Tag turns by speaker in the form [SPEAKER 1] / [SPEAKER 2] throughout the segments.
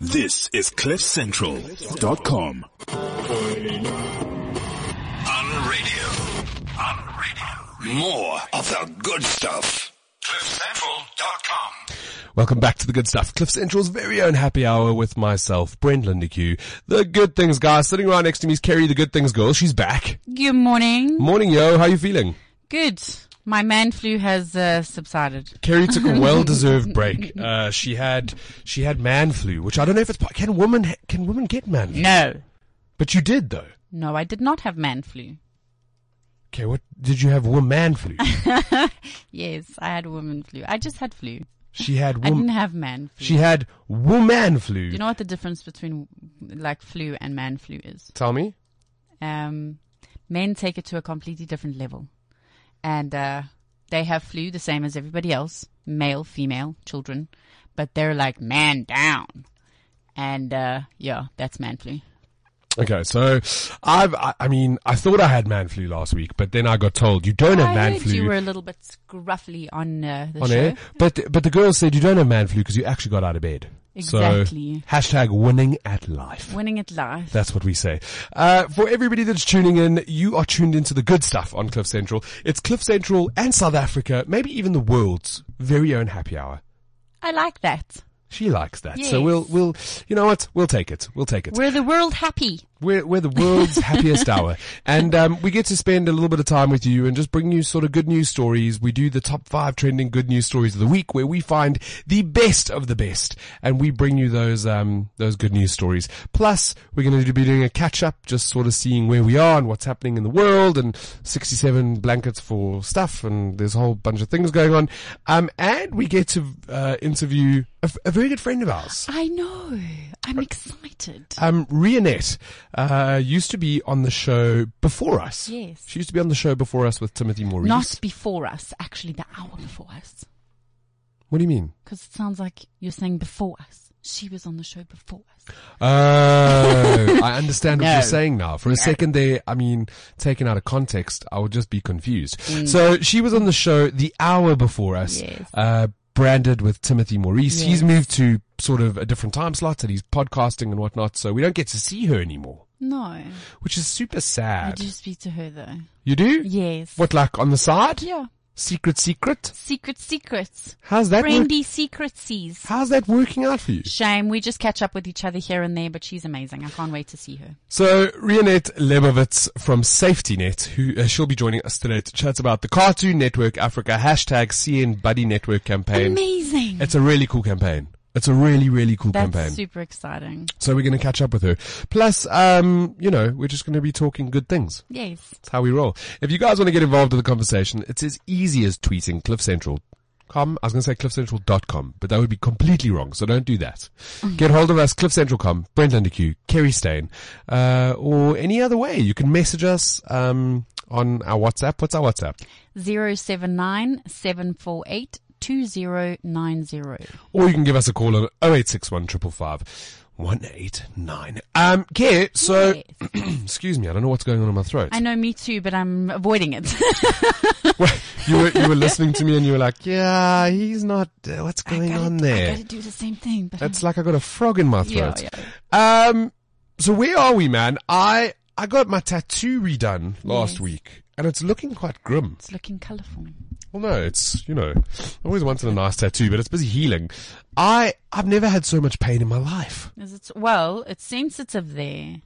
[SPEAKER 1] This is CliffCentral.com.
[SPEAKER 2] On radio. On radio. More of the good stuff. CliffCentral.com.
[SPEAKER 3] Welcome back to the good stuff. Cliff Central's very own happy hour with myself, Brent Lindekew. The good things guy sitting right next to me is Kerry, the good things girl. She's back.
[SPEAKER 4] Good morning.
[SPEAKER 3] Morning, yo. How you feeling?
[SPEAKER 4] Good. My man flu has uh, subsided.
[SPEAKER 3] Kerry took a well-deserved break. Uh, she had, she had man flu, which I don't know if it's, po- can women, ha- can women get man flu?
[SPEAKER 4] No.
[SPEAKER 3] But you did though.
[SPEAKER 4] No, I did not have man flu.
[SPEAKER 3] Okay, what, did you have woman flu?
[SPEAKER 4] Yes, I had woman flu. I just had flu.
[SPEAKER 3] She had
[SPEAKER 4] I didn't
[SPEAKER 3] woman,
[SPEAKER 4] have man flu.
[SPEAKER 3] she had woman flu.
[SPEAKER 4] Do you know what the difference between like flu and man flu is?
[SPEAKER 3] Tell me.
[SPEAKER 4] Um, men take it to a completely different level. And uh, they have flu the same as everybody else male, female, children. But they're like man down. And uh, yeah, that's man flu.
[SPEAKER 3] Okay, so I've, I, I mean, I thought I had man flu last week, but then I got told you don't have
[SPEAKER 4] I
[SPEAKER 3] man
[SPEAKER 4] heard
[SPEAKER 3] flu.
[SPEAKER 4] you were a little bit gruffly on uh, the
[SPEAKER 3] on
[SPEAKER 4] show.
[SPEAKER 3] air. But but the girls said you don't have man flu because you actually got out of bed. So,
[SPEAKER 4] Exactly.
[SPEAKER 3] hashtag winning at life.
[SPEAKER 4] Winning at life.
[SPEAKER 3] That's what we say. Uh, for everybody that's tuning in, you are tuned into the good stuff on Cliff Central. It's Cliff Central and South Africa, maybe even the world's very own happy hour.
[SPEAKER 4] I like that.
[SPEAKER 3] She likes that.
[SPEAKER 4] Yes.
[SPEAKER 3] So we'll, we'll, you know what? We'll take it. We'll take it.
[SPEAKER 4] We're the world happy.
[SPEAKER 3] We're, we're the world's happiest hour. And um, we get to spend a little bit of time with you and just bring you sort of good news stories. We do the top five trending good news stories of the week where we find the best of the best and we bring you those, um, those good news stories. Plus, we're going to be doing a catch up, just sort of seeing where we are and what's happening in the world and 67 blankets for stuff. And there's a whole bunch of things going on. Um, and we get to uh, interview a, a very good friend of ours.
[SPEAKER 4] I know. I'm excited.
[SPEAKER 3] Um, Rhianette, uh, used to be on the show before us.
[SPEAKER 4] Yes.
[SPEAKER 3] She used to be on the show before us with Timothy Maurice.
[SPEAKER 4] Not before us, actually, the hour before us.
[SPEAKER 3] What do you mean?
[SPEAKER 4] Because it sounds like you're saying before us. She was on the show before us.
[SPEAKER 3] Oh, I understand what
[SPEAKER 4] No.
[SPEAKER 3] you're saying now. For a second there, I mean, taken out of context, I would just be confused. So she was on the show the hour before us,
[SPEAKER 4] Mm. Yes.
[SPEAKER 3] uh, branded with Timothy Maurice. He's
[SPEAKER 4] Yes.
[SPEAKER 3] moved to sort of a different time slot and he's podcasting and whatnot. So we don't get to see her anymore,
[SPEAKER 4] No.
[SPEAKER 3] which is super
[SPEAKER 4] I
[SPEAKER 3] sad.
[SPEAKER 4] do speak to her, though.
[SPEAKER 3] You do?
[SPEAKER 4] Yes.
[SPEAKER 3] What, like on the side?
[SPEAKER 4] Yeah.
[SPEAKER 3] Secret, secret?
[SPEAKER 4] Secret secrets.
[SPEAKER 3] How's that? Work-
[SPEAKER 4] Brandy secretsies.
[SPEAKER 3] how's that working out for you?
[SPEAKER 4] Shame. We just catch up with each other here and there, but she's amazing. I can't wait to see her.
[SPEAKER 3] So, Rianette Lebovitz from Safety Net, who uh, she'll be joining us today to chat about the Cartoon Network Africa hashtag CN Buddy Network campaign.
[SPEAKER 4] Amazing.
[SPEAKER 3] It's a really cool campaign. It's a really, really cool
[SPEAKER 4] That's
[SPEAKER 3] campaign.
[SPEAKER 4] super exciting.
[SPEAKER 3] so we're going to catch up with her. Plus, um, you know, we're just going to be talking good things.
[SPEAKER 4] Yes.
[SPEAKER 3] It's how we roll. If you guys want to get involved in the conversation, it's as easy as tweeting Cliff Central. Com. I was going to say cliffcentral.com, but that would be completely wrong, so don't do that. Get hold of us, cliffcentral.com, Brent Underq, Kerry Stain, uh, or any other way. You can message us um, on our WhatsApp. What's our WhatsApp?
[SPEAKER 4] Zero seven nine seven four eight two zero nine zero.
[SPEAKER 3] Or you can give us a call on 0861 555 189. Um, Kerry, so, excuse me, I don't know what's going on in my throat.
[SPEAKER 4] I know, me too, but I'm avoiding it.
[SPEAKER 3] you, were, you were listening to me and you were like, yeah, he's not, uh, what's
[SPEAKER 4] I
[SPEAKER 3] going
[SPEAKER 4] gotta,
[SPEAKER 3] on there?
[SPEAKER 4] I gotta do the same thing, but
[SPEAKER 3] It's like I got a frog in my
[SPEAKER 4] Yeah,
[SPEAKER 3] throat. Um, so where are we, man? I I got my tattoo redone last
[SPEAKER 4] Yes.
[SPEAKER 3] week, and it's looking quite grim.
[SPEAKER 4] it's looking colourful.
[SPEAKER 3] Well, no, it's you know, I always wanted a nice tattoo, but it's busy healing. I I've never had so much pain in my life.
[SPEAKER 4] Is it? Well, it's sensitive there.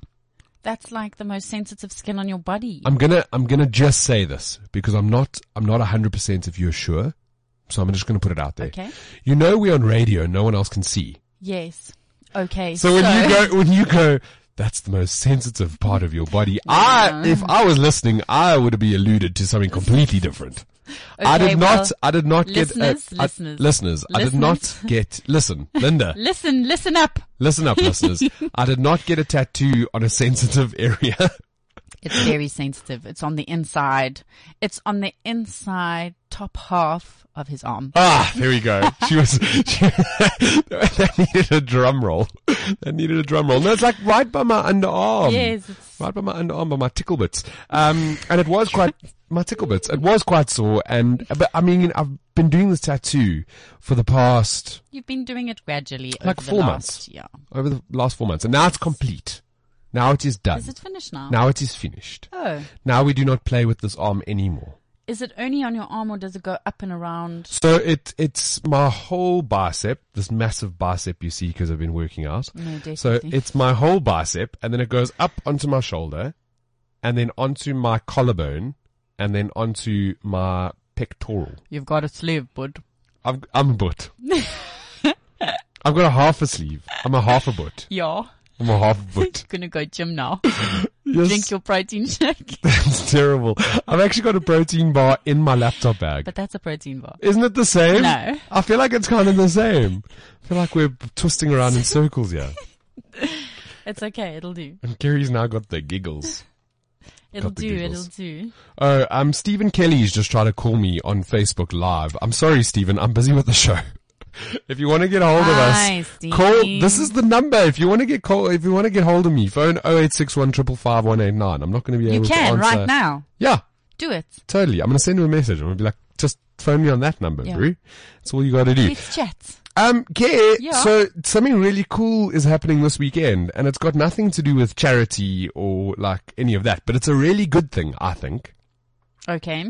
[SPEAKER 4] That's like the most sensitive skin on your body.
[SPEAKER 3] I'm gonna I'm gonna just say this because I'm not I'm not hundred percent if you're sure, so I'm just gonna put it out there.
[SPEAKER 4] Okay.
[SPEAKER 3] You know we're on radio, no one else can see.
[SPEAKER 4] yes. Okay.
[SPEAKER 3] So when you go, when you go, that's the most sensitive part of your body. I, if I was listening, I would be alluded to something completely different. I
[SPEAKER 4] Okay,
[SPEAKER 3] did not,
[SPEAKER 4] well,
[SPEAKER 3] I did not get, uh,
[SPEAKER 4] listeners,
[SPEAKER 3] I-
[SPEAKER 4] listeners.
[SPEAKER 3] listeners, I did not
[SPEAKER 4] Listeners.
[SPEAKER 3] get, listen, Linda,
[SPEAKER 4] listen, listen up.
[SPEAKER 3] listen up, listeners. I did not get a tattoo on a sensitive area.
[SPEAKER 4] It's very sensitive. It's on the inside. It's on the inside top half of his arm.
[SPEAKER 3] ah, there we go. She was, she, that needed a drum roll. I needed a drum roll. No, it's like right by my underarm.
[SPEAKER 4] Yes, it's-
[SPEAKER 3] Right by my underarm, by my tickle bits. Um, and it was quite, my tickle bits, it was quite sore. And, but I mean, I've been doing this tattoo for the past,
[SPEAKER 4] You've been doing it gradually
[SPEAKER 3] Like
[SPEAKER 4] over
[SPEAKER 3] four
[SPEAKER 4] the
[SPEAKER 3] months.
[SPEAKER 4] last yeah.
[SPEAKER 3] over the last four months. And now it's complete. Now it is done.
[SPEAKER 4] Is it finished now?
[SPEAKER 3] now it is finished.
[SPEAKER 4] Oh.
[SPEAKER 3] Now we do not play with this arm anymore.
[SPEAKER 4] Is it only on your arm or does it go up and around?
[SPEAKER 3] So it it's my whole bicep, this massive bicep you see because I've been working out.
[SPEAKER 4] No,
[SPEAKER 3] so
[SPEAKER 4] definitely.
[SPEAKER 3] it's my whole bicep, and then it goes up onto my shoulder, and then onto my collarbone, and then onto my pectoral.
[SPEAKER 4] You've got a sleeve, bud.
[SPEAKER 3] I've, I'm a butt. I've got a half a sleeve. I'm a half a butt.
[SPEAKER 4] Yeah.
[SPEAKER 3] I'm a half a butt.
[SPEAKER 4] Gonna go gym now.
[SPEAKER 3] Yes,
[SPEAKER 4] Drink your protein shake.
[SPEAKER 3] that's terrible. I've actually got a protein bar in my laptop bag.
[SPEAKER 4] but that's a protein bar.
[SPEAKER 3] Isn't it the same?
[SPEAKER 4] No.
[SPEAKER 3] I feel like it's kind of the same. I feel like we're twisting around in circles here.
[SPEAKER 4] It's okay. It'll do.
[SPEAKER 3] And Kerry's now got the giggles.
[SPEAKER 4] It'll
[SPEAKER 3] the
[SPEAKER 4] do. It'll
[SPEAKER 3] giggles.
[SPEAKER 4] do.
[SPEAKER 3] Oh, um, Stephen Kelly's just tried to call me on Facebook Live. I'm sorry, Stephen. I'm busy with the show. If you want to get a hold of
[SPEAKER 4] Hi,
[SPEAKER 3] us,
[SPEAKER 4] Steve.
[SPEAKER 3] call. This is the number. If you want to get call, if you want to get hold of me, phone 0861 555 189. I'm not going to be
[SPEAKER 4] You
[SPEAKER 3] able to
[SPEAKER 4] can
[SPEAKER 3] answer.
[SPEAKER 4] right now.
[SPEAKER 3] Yeah,
[SPEAKER 4] Do it.
[SPEAKER 3] totally. I'm going to send him a message. I'm going to be like, just phone me on that number,
[SPEAKER 4] Yeah.
[SPEAKER 3] bro. That's all you got to do.
[SPEAKER 4] Let's chat.
[SPEAKER 3] Um, yeah,
[SPEAKER 4] Yeah.
[SPEAKER 3] so something really cool is happening this weekend and it's got nothing to do with charity or like any of that, but it's a really good thing, I think.
[SPEAKER 4] Okay.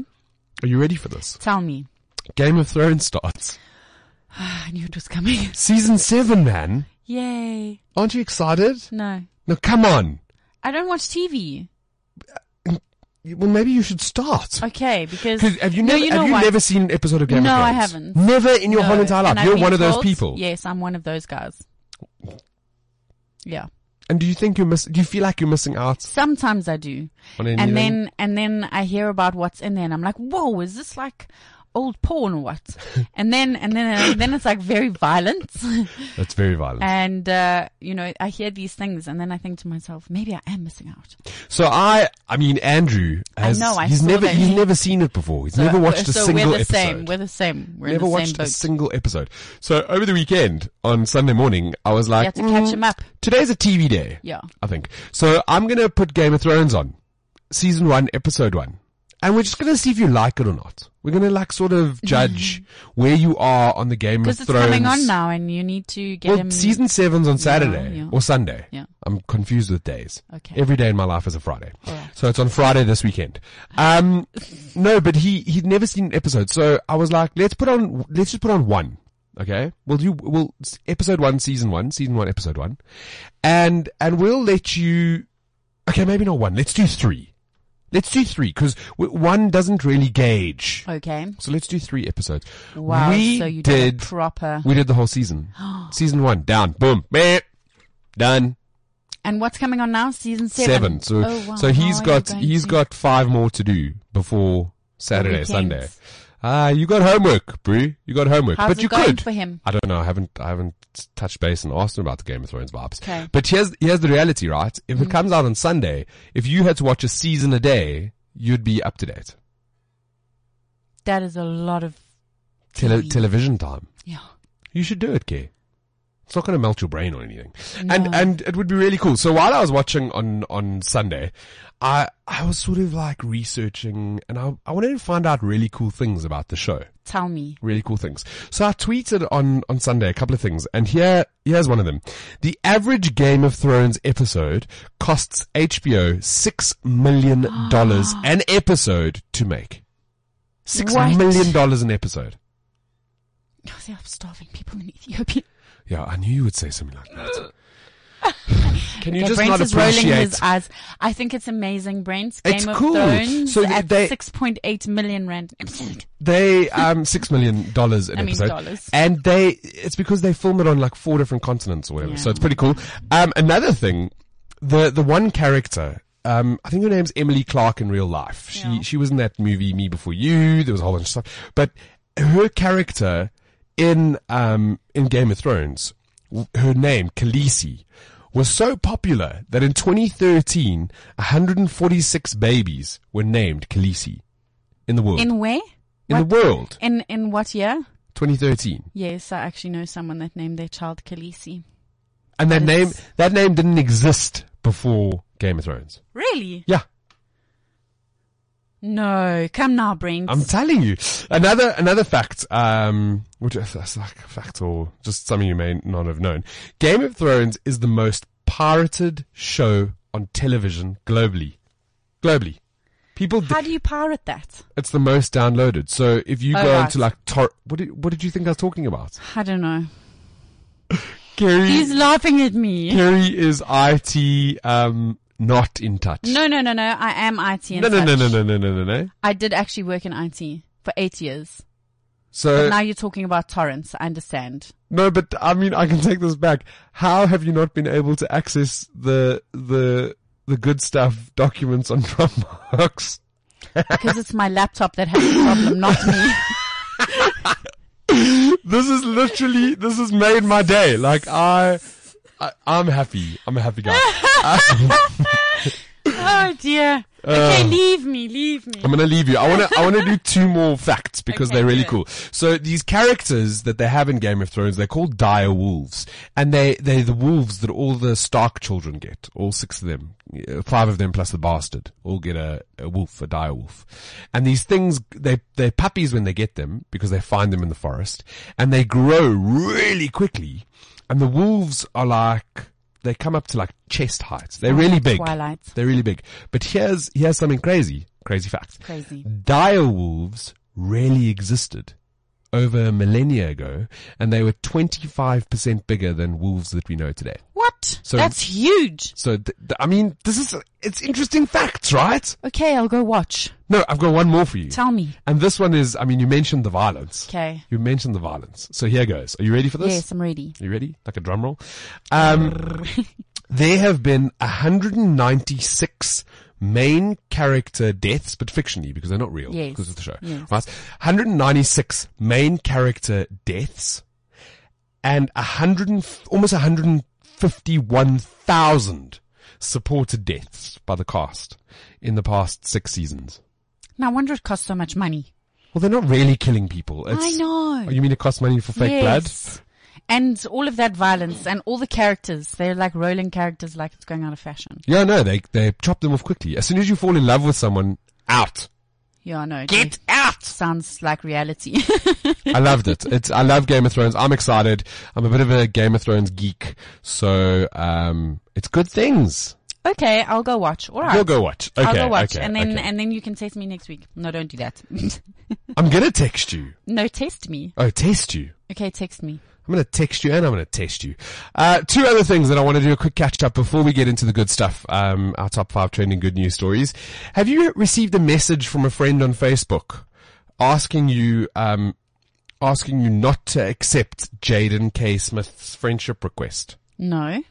[SPEAKER 3] Are you ready for this?
[SPEAKER 4] Tell me.
[SPEAKER 3] Game of Thrones starts.
[SPEAKER 4] I knew it was coming.
[SPEAKER 3] Season 7, man.
[SPEAKER 4] Yay.
[SPEAKER 3] Aren't you excited?
[SPEAKER 4] No.
[SPEAKER 3] No, come on.
[SPEAKER 4] I don't watch TV.
[SPEAKER 3] Well, maybe you should start.
[SPEAKER 4] Okay, because
[SPEAKER 3] 'Cause Have you,
[SPEAKER 4] no,
[SPEAKER 3] never,
[SPEAKER 4] you know
[SPEAKER 3] have you
[SPEAKER 4] what?
[SPEAKER 3] never seen an episode of Game
[SPEAKER 4] No,
[SPEAKER 3] of
[SPEAKER 4] I
[SPEAKER 3] Thrones?
[SPEAKER 4] haven't.
[SPEAKER 3] Never in your
[SPEAKER 4] No,
[SPEAKER 3] whole entire
[SPEAKER 4] and
[SPEAKER 3] life.
[SPEAKER 4] I've
[SPEAKER 3] You're
[SPEAKER 4] been
[SPEAKER 3] one of those
[SPEAKER 4] told-
[SPEAKER 3] people.
[SPEAKER 4] Yes, I'm one of those guys. Yeah.
[SPEAKER 3] And do you think you're miss- do you feel like you're missing out
[SPEAKER 4] Sometimes I do.
[SPEAKER 3] on anything?
[SPEAKER 4] and then and then I hear about what's in there, and I'm like, whoa, is this like old porn or what? and then and then and then it's like very violent,
[SPEAKER 3] That's very violent.
[SPEAKER 4] and uh, you know I hear these things, and then I think to myself, maybe I am missing out.
[SPEAKER 3] So I, I mean, Andrew has,
[SPEAKER 4] know, I
[SPEAKER 3] he's
[SPEAKER 4] saw
[SPEAKER 3] never,
[SPEAKER 4] that
[SPEAKER 3] he's
[SPEAKER 4] he-
[SPEAKER 3] never seen it before. He's never watched a
[SPEAKER 4] Uh, so
[SPEAKER 3] single
[SPEAKER 4] we're the
[SPEAKER 3] episode.
[SPEAKER 4] same. We're the same. We're
[SPEAKER 3] never
[SPEAKER 4] in the same
[SPEAKER 3] watched a
[SPEAKER 4] boat.
[SPEAKER 3] single episode. So over the weekend on Sunday morning, I was like,
[SPEAKER 4] have to catch
[SPEAKER 3] "Mm,
[SPEAKER 4] him up."
[SPEAKER 3] Today's a TV day.
[SPEAKER 4] Yeah.
[SPEAKER 3] I think. So I'm going to put Game of Thrones on season one, episode one. And we're just going to see if you like it or not. We're going to like sort of judge where you are on the Game of
[SPEAKER 4] Because
[SPEAKER 3] Thrones.
[SPEAKER 4] it's coming on now, and you need to get
[SPEAKER 3] Well,
[SPEAKER 4] him.
[SPEAKER 3] season seven's on Saturday
[SPEAKER 4] yeah.
[SPEAKER 3] or Sunday.
[SPEAKER 4] Yeah.
[SPEAKER 3] I'm confused with days.
[SPEAKER 4] Okay.
[SPEAKER 3] Every day in my life is a Friday.
[SPEAKER 4] Alright.
[SPEAKER 3] So it's on Friday this weekend. Um, no, but he, he'd never seen an episode. So I was like, let's put on, let's just put on one. Okay. We'll do, we'll, episode one, season one, season one, episode one. And, and we'll let you, okay, maybe not one. Let's do three. Let's do three because one doesn't really gauge.
[SPEAKER 4] Okay.
[SPEAKER 3] So let's do three episodes.
[SPEAKER 4] Wow.
[SPEAKER 3] We
[SPEAKER 4] so you
[SPEAKER 3] did
[SPEAKER 4] did a proper.
[SPEAKER 3] we did the whole season. season one, down, boom, meh, done,
[SPEAKER 4] And what's coming on now? Season
[SPEAKER 3] seven.
[SPEAKER 4] seven.
[SPEAKER 3] So,
[SPEAKER 4] oh, wow.
[SPEAKER 3] so he's
[SPEAKER 4] How are you
[SPEAKER 3] got
[SPEAKER 4] going
[SPEAKER 3] he's
[SPEAKER 4] to-
[SPEAKER 3] got five more to do before Saturday,
[SPEAKER 4] weekends.
[SPEAKER 3] Sunday. Ah, you got homework, Brew. You got homework,
[SPEAKER 4] How's
[SPEAKER 3] but
[SPEAKER 4] it
[SPEAKER 3] you
[SPEAKER 4] going
[SPEAKER 3] could.
[SPEAKER 4] for him?
[SPEAKER 3] I don't know. I haven't I haven't touched base and asked him about the Game of Thrones vibes.
[SPEAKER 4] Okay. Mm.
[SPEAKER 3] But here's here's the reality, right? If it comes out on Sunday, if you had to watch a season a day, you'd be up to date.
[SPEAKER 4] That is a lot of.
[SPEAKER 3] Tele-
[SPEAKER 4] TV.
[SPEAKER 3] television time.
[SPEAKER 4] Yeah.
[SPEAKER 3] You should do it, Kay. It's not going to melt your brain or anything. And
[SPEAKER 4] No.
[SPEAKER 3] and it would be really cool. So while I was watching on on Sunday, I I was sort of like researching and I I wanted to find out really cool things about the show.
[SPEAKER 4] Tell me.
[SPEAKER 3] Really cool things. So I tweeted on on Sunday a couple of things and here here's one of them. The average Game of Thrones episode costs HBO 6 million dollars an episode to make. Six million
[SPEAKER 4] What?
[SPEAKER 3] dollars an episode.
[SPEAKER 4] Oh, they are starving people in Ethiopia.
[SPEAKER 3] Yeah, I knew you would say something like that. Can you
[SPEAKER 4] Okay,
[SPEAKER 3] just
[SPEAKER 4] Brent
[SPEAKER 3] not
[SPEAKER 4] is rolling
[SPEAKER 3] appreciate
[SPEAKER 4] his eyes. I think it's amazing, Brent. Game
[SPEAKER 3] It's
[SPEAKER 4] of
[SPEAKER 3] cool.
[SPEAKER 4] Thrones
[SPEAKER 3] So
[SPEAKER 4] at
[SPEAKER 3] they-
[SPEAKER 4] 6.8 million rand an episode.
[SPEAKER 3] they um six million dollars an
[SPEAKER 4] I mean
[SPEAKER 3] episode,
[SPEAKER 4] dollars.
[SPEAKER 3] and they it's because they film it on like four different continents or whatever. So it's pretty cool. Um, another thing, the the one character. Um, I think her name's Emily Clark in real life. She
[SPEAKER 4] Yeah.
[SPEAKER 3] she was in that movie Me Before You. There was a whole bunch of stuff, but her character in um in Game of Thrones, w- her name Khaleesi, was so popular that in 2013, 146 babies were named Khaleesi in the world.
[SPEAKER 4] In where?
[SPEAKER 3] in the
[SPEAKER 4] what-
[SPEAKER 3] world.
[SPEAKER 4] In in what year?
[SPEAKER 3] 2013.
[SPEAKER 4] Yes, I actually know someone that named their child Khaleesi.
[SPEAKER 3] And that
[SPEAKER 4] But
[SPEAKER 3] name,
[SPEAKER 4] it's-
[SPEAKER 3] that name didn't exist before Game of Thrones.
[SPEAKER 4] Really?
[SPEAKER 3] Yeah.
[SPEAKER 4] No, come now, Brent.
[SPEAKER 3] I'm telling you. Another another fact, um, which is that's like a fact or just something you may not have known. Game of Thrones is the most pirated show on television globally. Globally, people.
[SPEAKER 4] How do you pirate that?
[SPEAKER 3] it's the most downloaded. So if you
[SPEAKER 4] Oh,
[SPEAKER 3] go
[SPEAKER 4] right.
[SPEAKER 3] into like tor- what did what did you think I was talking about?
[SPEAKER 4] I don't know.
[SPEAKER 3] Kerry,
[SPEAKER 4] He's laughing at me.
[SPEAKER 3] Kerry is it um not in touch.
[SPEAKER 4] No, no, no, no. I am IT. And
[SPEAKER 3] no, no, no,
[SPEAKER 4] such.
[SPEAKER 3] no, no, no, no, no, no.
[SPEAKER 4] I did actually work in IT for eight years.
[SPEAKER 3] So
[SPEAKER 4] But now you're talking about torrents. I understand.
[SPEAKER 3] No, but I mean, I can take this back. How have you not been able to access the the the good stuff documents on Dropbox?
[SPEAKER 4] Because it's my laptop that has the problem, not me.
[SPEAKER 3] This is literally this has made my day. Like I, I I'm happy. I'm a happy guy.
[SPEAKER 4] Oh dear. Okay, leave me, leave me.
[SPEAKER 3] I'm gonna leave you. I wanna I wanna do two more facts because
[SPEAKER 4] Okay,
[SPEAKER 3] they're really
[SPEAKER 4] do it.
[SPEAKER 3] cool. So these characters that they have in Game of Thrones, they're called dire wolves, and they they're the wolves that all the Stark children get, all six of them, Uh, five of them plus the bastard, all get a, a wolf, a dire wolf. And these things, they they're puppies when they get them because they find them in the forest, and they grow really quickly. And the wolves are like they come up to like chest heights. They're really big.
[SPEAKER 4] Twilight.
[SPEAKER 3] They're really big. But here's here's something crazy, crazy fact.
[SPEAKER 4] Crazy.
[SPEAKER 3] Dire wolves rarely existed over a millennia ago, and they were 25% bigger than wolves that we know today.
[SPEAKER 4] What?
[SPEAKER 3] So-
[SPEAKER 4] That's huge.
[SPEAKER 3] So, th- th- I mean, this is it's interesting facts, right?
[SPEAKER 4] Okay, I'll go watch.
[SPEAKER 3] No, I've got one more for you.
[SPEAKER 4] Tell me.
[SPEAKER 3] and this one is, I mean, you mentioned the violence.
[SPEAKER 4] Okay.
[SPEAKER 3] You mentioned the violence. So here goes. Are you ready for this?
[SPEAKER 4] Yes, I'm ready.
[SPEAKER 3] You ready? Like a drum roll. Um, there have been 196 main character deaths, but fictionally because they're not real
[SPEAKER 4] Yes.
[SPEAKER 3] because of the show.
[SPEAKER 4] Yes.
[SPEAKER 3] Right? 196 main character deaths and 100 and f- almost 151,000 supported deaths by the cast in the past six seasons.
[SPEAKER 4] No wonder it costs so much money.
[SPEAKER 3] Well, they're not really killing people. It's,
[SPEAKER 4] know.
[SPEAKER 3] Oh, you mean it costs money for fake blood?
[SPEAKER 4] Yes. And all of that violence and all the characters, they're like rolling characters like it's going out of fashion.
[SPEAKER 3] Yeah, no, they they chop them off quickly. As soon as you fall in love with someone, out.
[SPEAKER 4] Yeah, I know. it
[SPEAKER 3] Get out.
[SPEAKER 4] Sounds like reality.
[SPEAKER 3] I loved it. It's I love Game of Thrones. I'm excited. I'm a bit of a Game of Thrones geek, so um, it's good things.
[SPEAKER 4] okay, I'll go watch. All right.
[SPEAKER 3] You'll go watch. Okay,
[SPEAKER 4] I'll go watch.
[SPEAKER 3] okay,
[SPEAKER 4] and then
[SPEAKER 3] okay.
[SPEAKER 4] and then you can test me next week. No, don't do that.
[SPEAKER 3] I'm gonna text you.
[SPEAKER 4] no, test me.
[SPEAKER 3] Oh, test you.
[SPEAKER 4] Okay, text me.
[SPEAKER 3] I'm going to text you and I'm going to test you. Uh, two other things that I want to do a quick catch up before we get into the good stuff, um, our top five trending good news stories. Have you received a message from a friend on Facebook asking you, um, asking you not to accept Jaden K. Smith's friendship request?
[SPEAKER 4] No.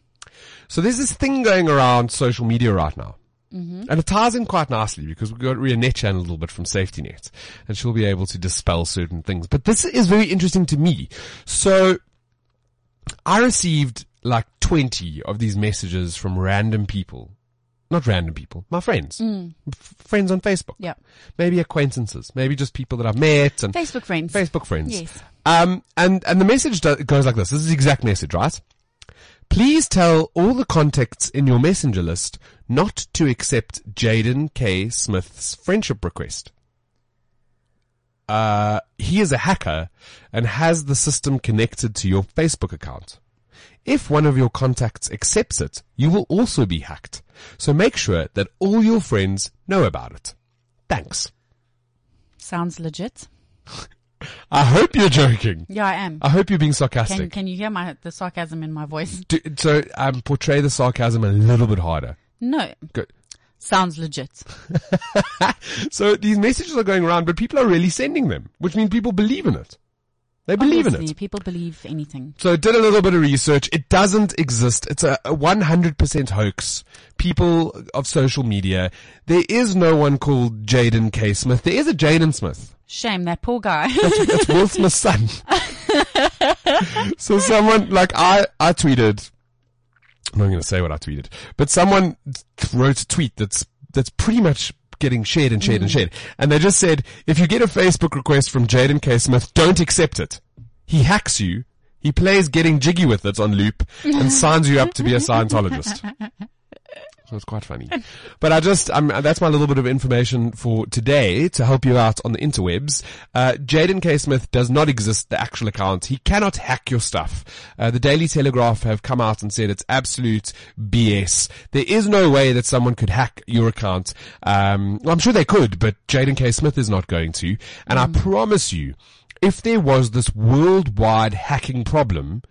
[SPEAKER 3] So there's this thing going around social media right now.
[SPEAKER 4] Mm-hmm.
[SPEAKER 3] And it ties in quite nicely because we've got Rianette Chan a little bit from Safety Net and she'll be able to dispel certain things. But this is very interesting to me. So I received like 20 of these messages from random people. Not random people, my friends. F- friends on Facebook.
[SPEAKER 4] Mm. Yeah.
[SPEAKER 3] Maybe acquaintances. Maybe just people that I've met and
[SPEAKER 4] Facebook friends.
[SPEAKER 3] Facebook friends.
[SPEAKER 4] Yes.
[SPEAKER 3] Um, and, and the message do- goes like this. This is the exact message, right? Please tell all the contacts in your messenger list not to accept Jaden K. Smith's friendship request. Uh, he is a hacker and has the system connected to your Facebook account. If one of your contacts accepts it, you will also be hacked. So make sure that all your friends know about it. Thanks.
[SPEAKER 4] Sounds legit.
[SPEAKER 3] I hope you're joking.
[SPEAKER 4] Yeah, I am.
[SPEAKER 3] I hope you're being sarcastic.
[SPEAKER 4] Can can you hear my the sarcasm in my voice?
[SPEAKER 3] Do, so um, portray the sarcasm a little bit harder.
[SPEAKER 4] No.
[SPEAKER 3] Good.
[SPEAKER 4] Sounds legit.
[SPEAKER 3] So these messages are going around, but people are really sending them, which means people believe in it. They believe in
[SPEAKER 4] Obviously,
[SPEAKER 3] it.
[SPEAKER 4] People believe anything.
[SPEAKER 3] So I did a little bit of research. It doesn't exist. It's a, a 100% hoax. People of social media. There is no one called Jaden K. Smith. There is a Jaden Smith.
[SPEAKER 4] Shame that poor guy.
[SPEAKER 3] That's Will Smith's son. so someone like I, I tweeted. I'm not going to say what I tweeted, but someone wrote a tweet that's that's pretty much getting shared and shared and shared, and they just said, if you get a Facebook request from Jaden K Smith, don't accept it. He hacks you. He plays Getting Jiggy With It on loop and signs you up to be a Scientologist. So it's quite funny. But I just, um, that's my little bit of information for today to help you out on the interwebs. Uh, Jaden K. Smith does not exist, the actual account. He cannot hack your stuff. Uh, the Daily Telegraph have come out and said it's absolute BS. There is no way that someone could hack your account. Um, well, I'm sure they could, but Jaden K. Smith is not going to. And I promise you, if there was this worldwide hacking problem,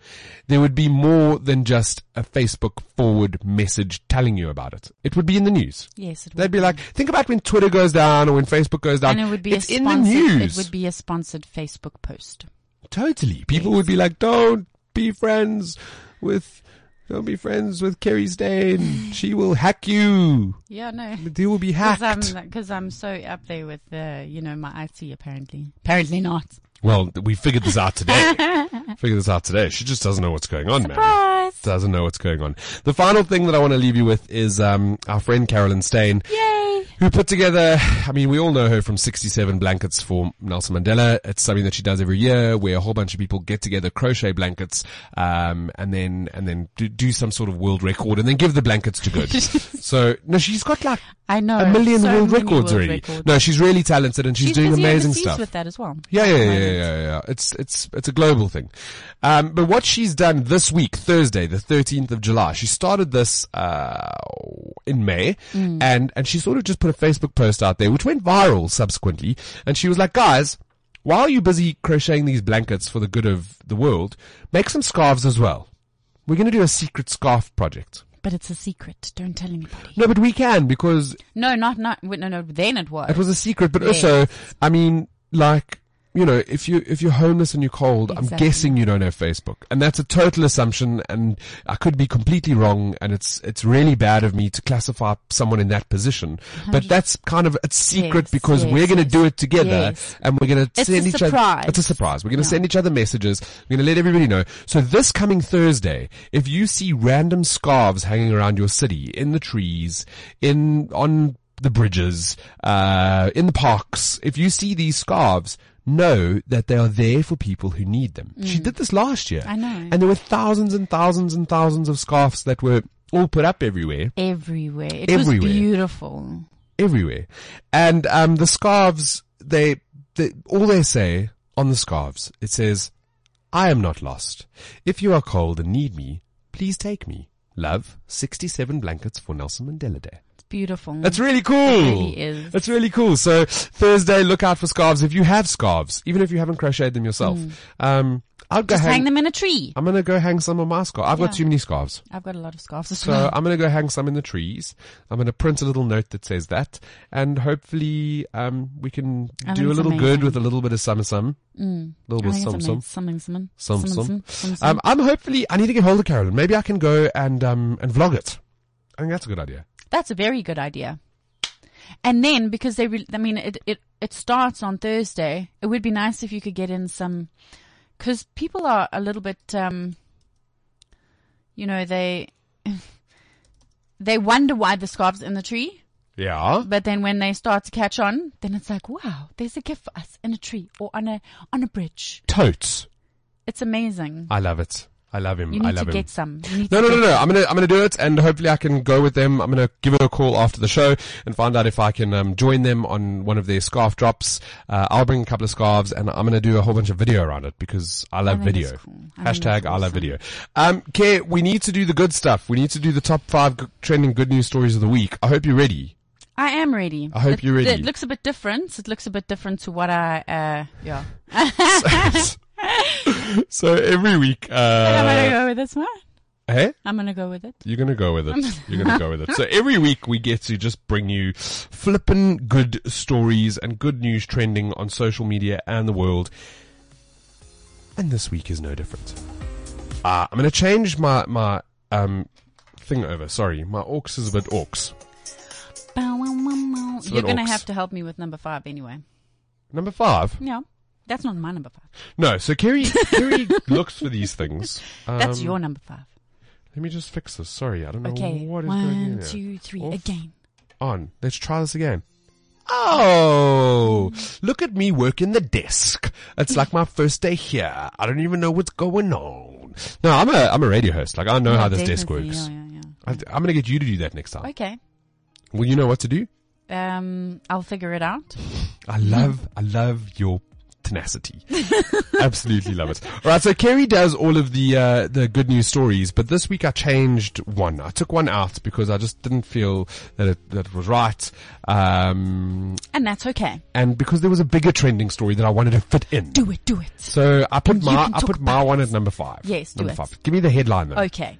[SPEAKER 3] there would be more than just a Facebook forward message telling you about it. It would be in the news.
[SPEAKER 4] Yes, it would
[SPEAKER 3] They'd be like, think about when Twitter goes down or when Facebook goes down.
[SPEAKER 4] and it would be
[SPEAKER 3] it's
[SPEAKER 4] a
[SPEAKER 3] in the
[SPEAKER 4] sponsored,
[SPEAKER 3] news.
[SPEAKER 4] It would be a sponsored Facebook post.
[SPEAKER 3] totally. People would be like, don't be friends with, don't be friends with Kerry Stain. she will hack you.
[SPEAKER 4] Yeah, no.
[SPEAKER 3] The deal will be hacked.
[SPEAKER 4] Because I'm, 'cause I'm so up there with the, you know, my IT apparently. Apparently not.
[SPEAKER 3] Well, we figured this out today. figured this out today. She just doesn't know what's going on, man.
[SPEAKER 4] Surprise!
[SPEAKER 3] Doesn't know what's going on. The final thing that I want to leave you with is um, our friend Carolyn Stain,
[SPEAKER 4] Yay!
[SPEAKER 3] who put together. I mean, we all know her from 67 blankets for Nelson Mandela. It's something that she does every year, where a whole bunch of people get together, crochet blankets, um, and then and then do, do some sort of world record, and then give the blankets to good. so no, she's got like
[SPEAKER 4] I know.
[SPEAKER 3] a million
[SPEAKER 4] Oh, so
[SPEAKER 3] world
[SPEAKER 4] many
[SPEAKER 3] records
[SPEAKER 4] world
[SPEAKER 3] already.
[SPEAKER 4] records.
[SPEAKER 3] No, she's really talented, and she's, doing
[SPEAKER 4] busy
[SPEAKER 3] amazing
[SPEAKER 4] overseas
[SPEAKER 3] stuff.
[SPEAKER 4] with that as well.
[SPEAKER 3] Yeah, yeah, yeah, yeah,
[SPEAKER 4] moment.
[SPEAKER 3] yeah, yeah. It's it's it's a global thing. Um, but what she's done this week, Thursday, the thirteenth of July, she started this uh, in May, and and she sort of just put a Facebook post out there, which went viral subsequently. And she was like, guys. While you're busy crocheting these blankets for the good of the world, make some scarves as well. We're going to do a secret scarf project.
[SPEAKER 4] But it's a secret. Don't tell anybody.
[SPEAKER 3] No, but we can because
[SPEAKER 4] No, not, not, wait, no, no, then it was.
[SPEAKER 3] It was a secret, but
[SPEAKER 4] Yes.
[SPEAKER 3] also, I mean, like, you know, if you if you're homeless and you're cold, I'm
[SPEAKER 4] Exactly.
[SPEAKER 3] guessing you don't have Facebook, and that's a total assumption, and I could be completely wrong, and it's it's really bad of me to classify someone in that position, but that's kind of it's secret
[SPEAKER 4] Yes,
[SPEAKER 3] because
[SPEAKER 4] yes,
[SPEAKER 3] we're going to
[SPEAKER 4] yes.
[SPEAKER 3] do it together,
[SPEAKER 4] Yes.
[SPEAKER 3] and we're going to
[SPEAKER 4] It's
[SPEAKER 3] send
[SPEAKER 4] a
[SPEAKER 3] each
[SPEAKER 4] surprise.
[SPEAKER 3] other. It's a surprise. We're going to send each other messages. We're going to let everybody know. So this coming Thursday, if you see random scarves hanging around your city, in the trees, in, on the bridges, uh, in the parks, if you see these scarves, know that they are there for people who need them. She did this last year.
[SPEAKER 4] Mm. I know.
[SPEAKER 3] And there were thousands and thousands and thousands of scarves that were all put up everywhere
[SPEAKER 4] everywhere. It
[SPEAKER 3] Everywhere.
[SPEAKER 4] was beautiful.
[SPEAKER 3] everywhere. And um, the scarves, they, they all they say on the scarves, it says, "I am not lost. If you are cold and need me, please take me." Love, sixty-seven blankets for Nelson Mandela Day.
[SPEAKER 4] It's beautiful.
[SPEAKER 3] That's really cool.
[SPEAKER 4] really is.
[SPEAKER 3] That's really cool. So Thursday, look out for scarves. If you have scarves, even if you haven't crocheted them yourself, um, I'll go
[SPEAKER 4] Mm. Just
[SPEAKER 3] hang.
[SPEAKER 4] hang, them in a tree.
[SPEAKER 3] I'm gonna go hang some on my scarf. I've got
[SPEAKER 4] Yeah.
[SPEAKER 3] too many scarves.
[SPEAKER 4] I've got a lot of scarves as
[SPEAKER 3] So
[SPEAKER 4] well.
[SPEAKER 3] I'm going to go hang some in the trees. I'm going to print a little note that says that, and hopefully um, we can
[SPEAKER 4] I think
[SPEAKER 3] do a
[SPEAKER 4] it's
[SPEAKER 3] little good
[SPEAKER 4] amazing.
[SPEAKER 3] with a little bit of some some, a little bit of some some.
[SPEAKER 4] Mm. Something, something,
[SPEAKER 3] Some, some.
[SPEAKER 4] some, some.
[SPEAKER 3] Um, I'm hopefully I need to get hold of Carolyn. Maybe I can go and um, and vlog it. I think that's a good idea.
[SPEAKER 4] That's a very good idea. And then because they, re- I mean, it, it it starts on Thursday. It would be nice if you could get in some, because people are a little bit, um, you know, they they wonder why the scarves in the tree,
[SPEAKER 3] Yeah.
[SPEAKER 4] but then when they start to catch on, then it's like, wow, there's a gift for us in a tree or on a on a bridge.
[SPEAKER 3] Totes.
[SPEAKER 4] It's amazing.
[SPEAKER 3] I love it. I love him.
[SPEAKER 4] You
[SPEAKER 3] Um,
[SPEAKER 4] need
[SPEAKER 3] I love
[SPEAKER 4] to
[SPEAKER 3] him.
[SPEAKER 4] get some. You need
[SPEAKER 3] No,
[SPEAKER 4] to
[SPEAKER 3] no,
[SPEAKER 4] get
[SPEAKER 3] no, no. I'm gonna, I'm gonna do it, and hopefully I can go with them. I'm gonna give it a call after the show and find out if I can um, join them on one of their scarf drops. Uh, I'll bring a couple of scarves, and I'm gonna do a whole bunch of video around it because I love
[SPEAKER 4] I think
[SPEAKER 3] video.
[SPEAKER 4] that's cool. I think
[SPEAKER 3] Hashtag
[SPEAKER 4] that's
[SPEAKER 3] I love
[SPEAKER 4] awesome.
[SPEAKER 3] video. Um, Kay, we need to do the good stuff. We need to do the top five g- trending good news stories of the week. I hope you're ready.
[SPEAKER 4] I am ready.
[SPEAKER 3] I hope
[SPEAKER 4] It-
[SPEAKER 3] you're ready.
[SPEAKER 4] It looks a bit different. It looks a bit different to what I, uh, yeah.
[SPEAKER 3] So every week,
[SPEAKER 4] I'm gonna
[SPEAKER 3] uh,
[SPEAKER 4] go with this one.
[SPEAKER 3] hey.
[SPEAKER 4] I'm gonna go with it.
[SPEAKER 3] You're gonna go with it. You're gonna go with it. So every week we get to just bring you flippin' good stories and good news trending on social media and the world. And this week is no different. Uh, I'm gonna change my my um thing over. Sorry, my aux is a bit aux.
[SPEAKER 4] Bow, wow, wow, wow.
[SPEAKER 3] a
[SPEAKER 4] You're
[SPEAKER 3] bit
[SPEAKER 4] gonna
[SPEAKER 3] orcs.
[SPEAKER 4] have to help me with number five anyway.
[SPEAKER 3] Number five.
[SPEAKER 4] Yeah. That's not my number five.
[SPEAKER 3] No. So Kerry Kerry looks for these things. Um,
[SPEAKER 4] That's your number five.
[SPEAKER 3] Let me just fix
[SPEAKER 4] uh,
[SPEAKER 3] this. Sorry, I don't know
[SPEAKER 4] Okay.
[SPEAKER 3] what
[SPEAKER 4] One,
[SPEAKER 3] is
[SPEAKER 4] two, three.
[SPEAKER 3] going on. here. Off,
[SPEAKER 4] again.
[SPEAKER 3] On. Let's try this again. Oh, look at me working the desk. It's like my first day here. I don't even know what's going on. No, I'm a, I'm a radio host. Like I know how this desk
[SPEAKER 4] Definitely,
[SPEAKER 3] works.
[SPEAKER 4] Yeah, yeah,
[SPEAKER 3] I, I'm going to get you to do that next time.
[SPEAKER 4] yeah. Okay.
[SPEAKER 3] Well, you know what to do.
[SPEAKER 4] Um, I'll figure it out.
[SPEAKER 3] I
[SPEAKER 4] Mm-hmm.
[SPEAKER 3] love, I love your tenacity. Absolutely love it. All right, so Kerry does all of the uh, the good news stories, but this week I changed one. I took one out because I just didn't feel that it, that it was right, um,
[SPEAKER 4] And that's okay.
[SPEAKER 3] and because there was a bigger trending story that I wanted to fit in.
[SPEAKER 4] Do it, do it.
[SPEAKER 3] So I put my
[SPEAKER 4] can
[SPEAKER 3] I
[SPEAKER 4] talk
[SPEAKER 3] put my one at number five.
[SPEAKER 4] Yes, do
[SPEAKER 3] number
[SPEAKER 4] it.
[SPEAKER 3] five. Give me the headline though.
[SPEAKER 4] Okay.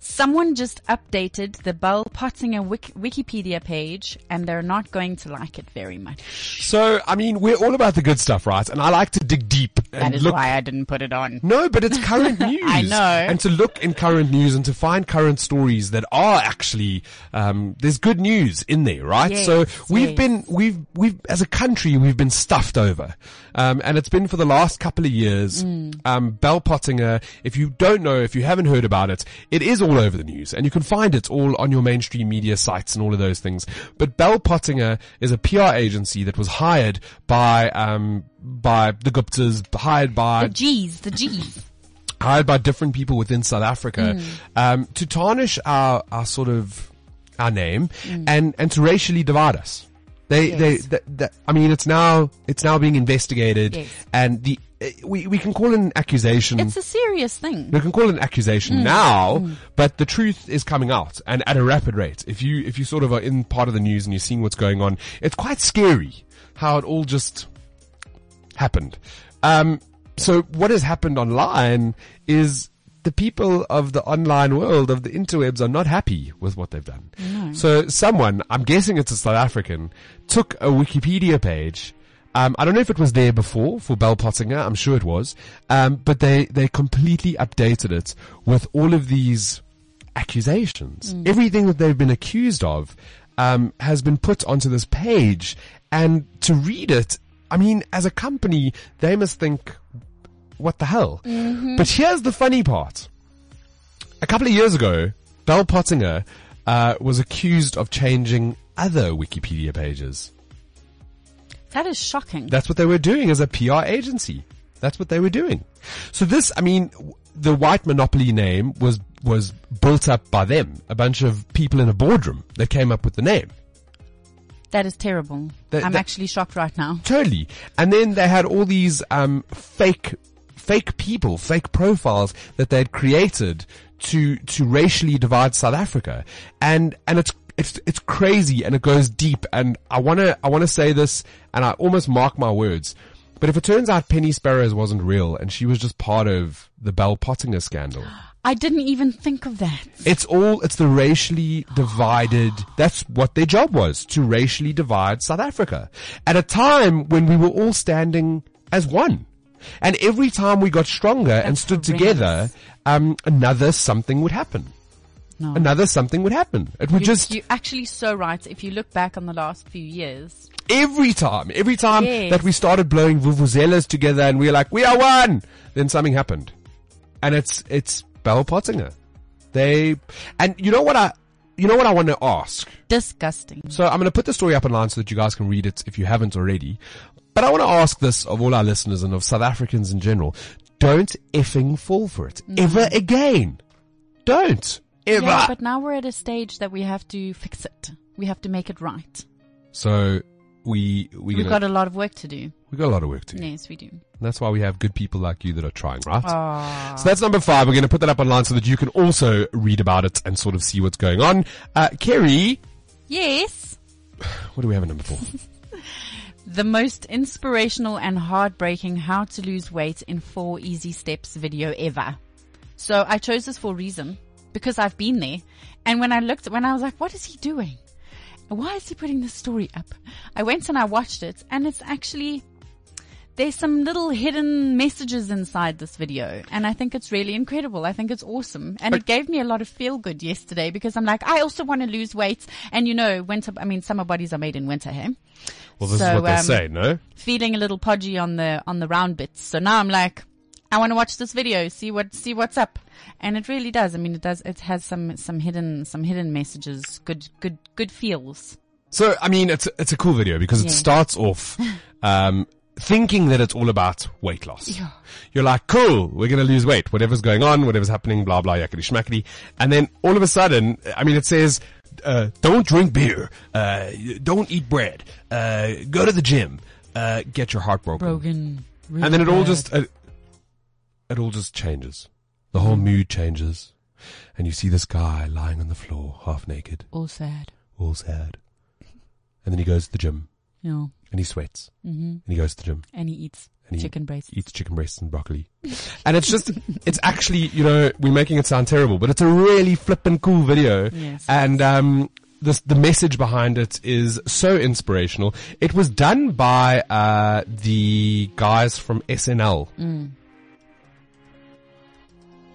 [SPEAKER 4] Someone just updated the Bell Pottinger Wik- Wikipedia page and they're not going to like it very much.
[SPEAKER 3] So I mean, we're all about the good stuff, right? And I like to dig deep and
[SPEAKER 4] That is
[SPEAKER 3] look
[SPEAKER 4] why I didn't put it on.
[SPEAKER 3] No, but it's current news.
[SPEAKER 4] I know.
[SPEAKER 3] And to look in current news and to find current stories that are actually um, there's good news in there, right?
[SPEAKER 4] Yes,
[SPEAKER 3] so we've
[SPEAKER 4] yes.
[SPEAKER 3] been we've we've as a country we've been stuffed over, um, and it's been for the last couple of years.
[SPEAKER 4] Mm.
[SPEAKER 3] Um, Bell Pottinger, if you don't know, if you haven't heard about it, it is all over the news, and you can find it all on your mainstream media sites and all of those things. But Bell Pottinger is a PR agency that was hired by. Um, by the Guptas, hired by
[SPEAKER 4] The G's, the G's.
[SPEAKER 3] hired by different people within South
[SPEAKER 4] Hmm.
[SPEAKER 3] Africa um, to tarnish our, our sort of our name and and to racially divide us. They they
[SPEAKER 4] Hmm. Yes.
[SPEAKER 3] that, that, I mean it's now it's now being investigated
[SPEAKER 4] Yes.
[SPEAKER 3] and the eh, we we can call it an accusation.
[SPEAKER 4] It's a Hmm. serious thing.
[SPEAKER 3] we can call it an accusation now, but the truth is coming out and at a rapid rate. If you if you sort of are in part of the news and you're seeing what's going on, it's quite scary how it all just happened. Um, so what has happened online is the people of the online world of the interwebs are not happy with what they've done. So someone, I'm guessing it's a South African, took a Wikipedia page. Um, I don't know if it was there before for Bell Pottinger. I'm sure it was, um, but they they completely updated it with all of these accusations. Everything that they've been accused of um, has been put onto this page, and to read it, I mean, as a company, they must think, "What the hell?" But here's the funny part: a couple of years ago, Bell Pottinger uh, was accused of changing other Wikipedia pages.
[SPEAKER 4] That is shocking.
[SPEAKER 3] That's what they were doing as a PR agency. That's what they were doing. So this, I mean, w- the white monopoly name was, was built up by them. A bunch of people in a boardroom that came up with the name.
[SPEAKER 4] That is terrible.
[SPEAKER 3] That-
[SPEAKER 4] I'm
[SPEAKER 3] that-
[SPEAKER 4] actually shocked right now.
[SPEAKER 3] Totally. And then they had all these, um, fake, fake people, fake profiles that they had created to, to racially divide South Africa. And, and it's, it's, it's crazy and it goes deep. And I wanna, I wanna say this and I almost mark my words. But if it turns out Penny Sparrows wasn't real and she was just part of the Bell Pottinger scandal,
[SPEAKER 4] I didn't even think of that.
[SPEAKER 3] it's all, it's the racially divided, that's what their job was, to racially divide South Africa. At a time when we were all standing as one. And every time we got stronger and
[SPEAKER 4] That's
[SPEAKER 3] stood
[SPEAKER 4] horrendous.
[SPEAKER 3] together, um, another something would happen.
[SPEAKER 4] No.
[SPEAKER 3] Another something would happen. It would
[SPEAKER 4] You-
[SPEAKER 3] just,
[SPEAKER 4] You're actually so right. If you look back on the last few years,
[SPEAKER 3] every time, every time
[SPEAKER 4] Yes.
[SPEAKER 3] that we started blowing vuvuzelas together and we were like, we are one, then something happened. And it's, it's Bell Pottinger. They, and you know what I, you know what I want to ask?
[SPEAKER 4] disgusting.
[SPEAKER 3] So I'm going to put the story up online so that you guys can read it if you haven't already. But I want to ask this of all our listeners and of South Africans in general. Don't effing fall for it. Ever again. Don't. Ever.
[SPEAKER 4] Mm-hmm. Yeah, but now we're at a stage that we have to fix it. We have to make it right.
[SPEAKER 3] so we, we
[SPEAKER 4] We've
[SPEAKER 3] gonna,
[SPEAKER 4] got a lot of work to do.
[SPEAKER 3] we got a lot of work to do.
[SPEAKER 4] Yes, we do.
[SPEAKER 3] That's why we have good people like you that are trying, right?
[SPEAKER 4] Ah.
[SPEAKER 3] So that's number five. We're going to put that up online so that you can also read about it and sort of see what's going on. Uh, Kerry,
[SPEAKER 4] Yes.
[SPEAKER 3] what do we have at number four?
[SPEAKER 4] The most inspirational and heartbreaking how to lose weight in four easy steps video ever. So I chose this for a reason because I've been there. And when I looked, when I was like, what is he doing? Why is he putting this story up? I went and I watched it and it's actually, there's some little hidden messages inside this video. And I think it's really incredible. I think it's awesome. And it gave me a lot of feel good yesterday because I'm like, I also want to lose weight. And you know, winter, I mean, summer bodies are made in winter, hey?
[SPEAKER 3] Well, this is
[SPEAKER 4] So,
[SPEAKER 3] what they
[SPEAKER 4] um,
[SPEAKER 3] say, no?
[SPEAKER 4] feeling a little podgy on the on the round bits. So now I'm like, I want to watch this video, see what see what's up, and it really does. I mean, it does. It has some some hidden some hidden messages, good good good feels.
[SPEAKER 3] So I mean, it's it's a cool video because it
[SPEAKER 4] Yeah.
[SPEAKER 3] starts off um, thinking that it's all about weight loss. You're like, cool, we're gonna lose weight, whatever's going on, whatever's happening, blah blah, yakety schmackety, and then all of a sudden, I mean, it says. Uh, don't drink beer. Uh, don't eat bread. Uh, go to the gym. Uh, get your heart broken.
[SPEAKER 4] Brogan.
[SPEAKER 3] and then it all just it, it all just changes. The whole mood changes, and you see this guy lying on the floor, half naked
[SPEAKER 4] all sad.
[SPEAKER 3] all sad. And then he goes to the gym
[SPEAKER 4] You know,
[SPEAKER 3] and he sweats. Mm-hmm. And he goes to the gym
[SPEAKER 4] and he eats
[SPEAKER 3] and he
[SPEAKER 4] chicken breast.
[SPEAKER 3] eats chicken breasts and broccoli. and it's just, it's actually, you know, we're making it sound terrible, but it's a really flippin' cool video.
[SPEAKER 4] Yes.
[SPEAKER 3] And, um, this, the message behind it is so inspirational. It was done by, uh, the guys from SNL.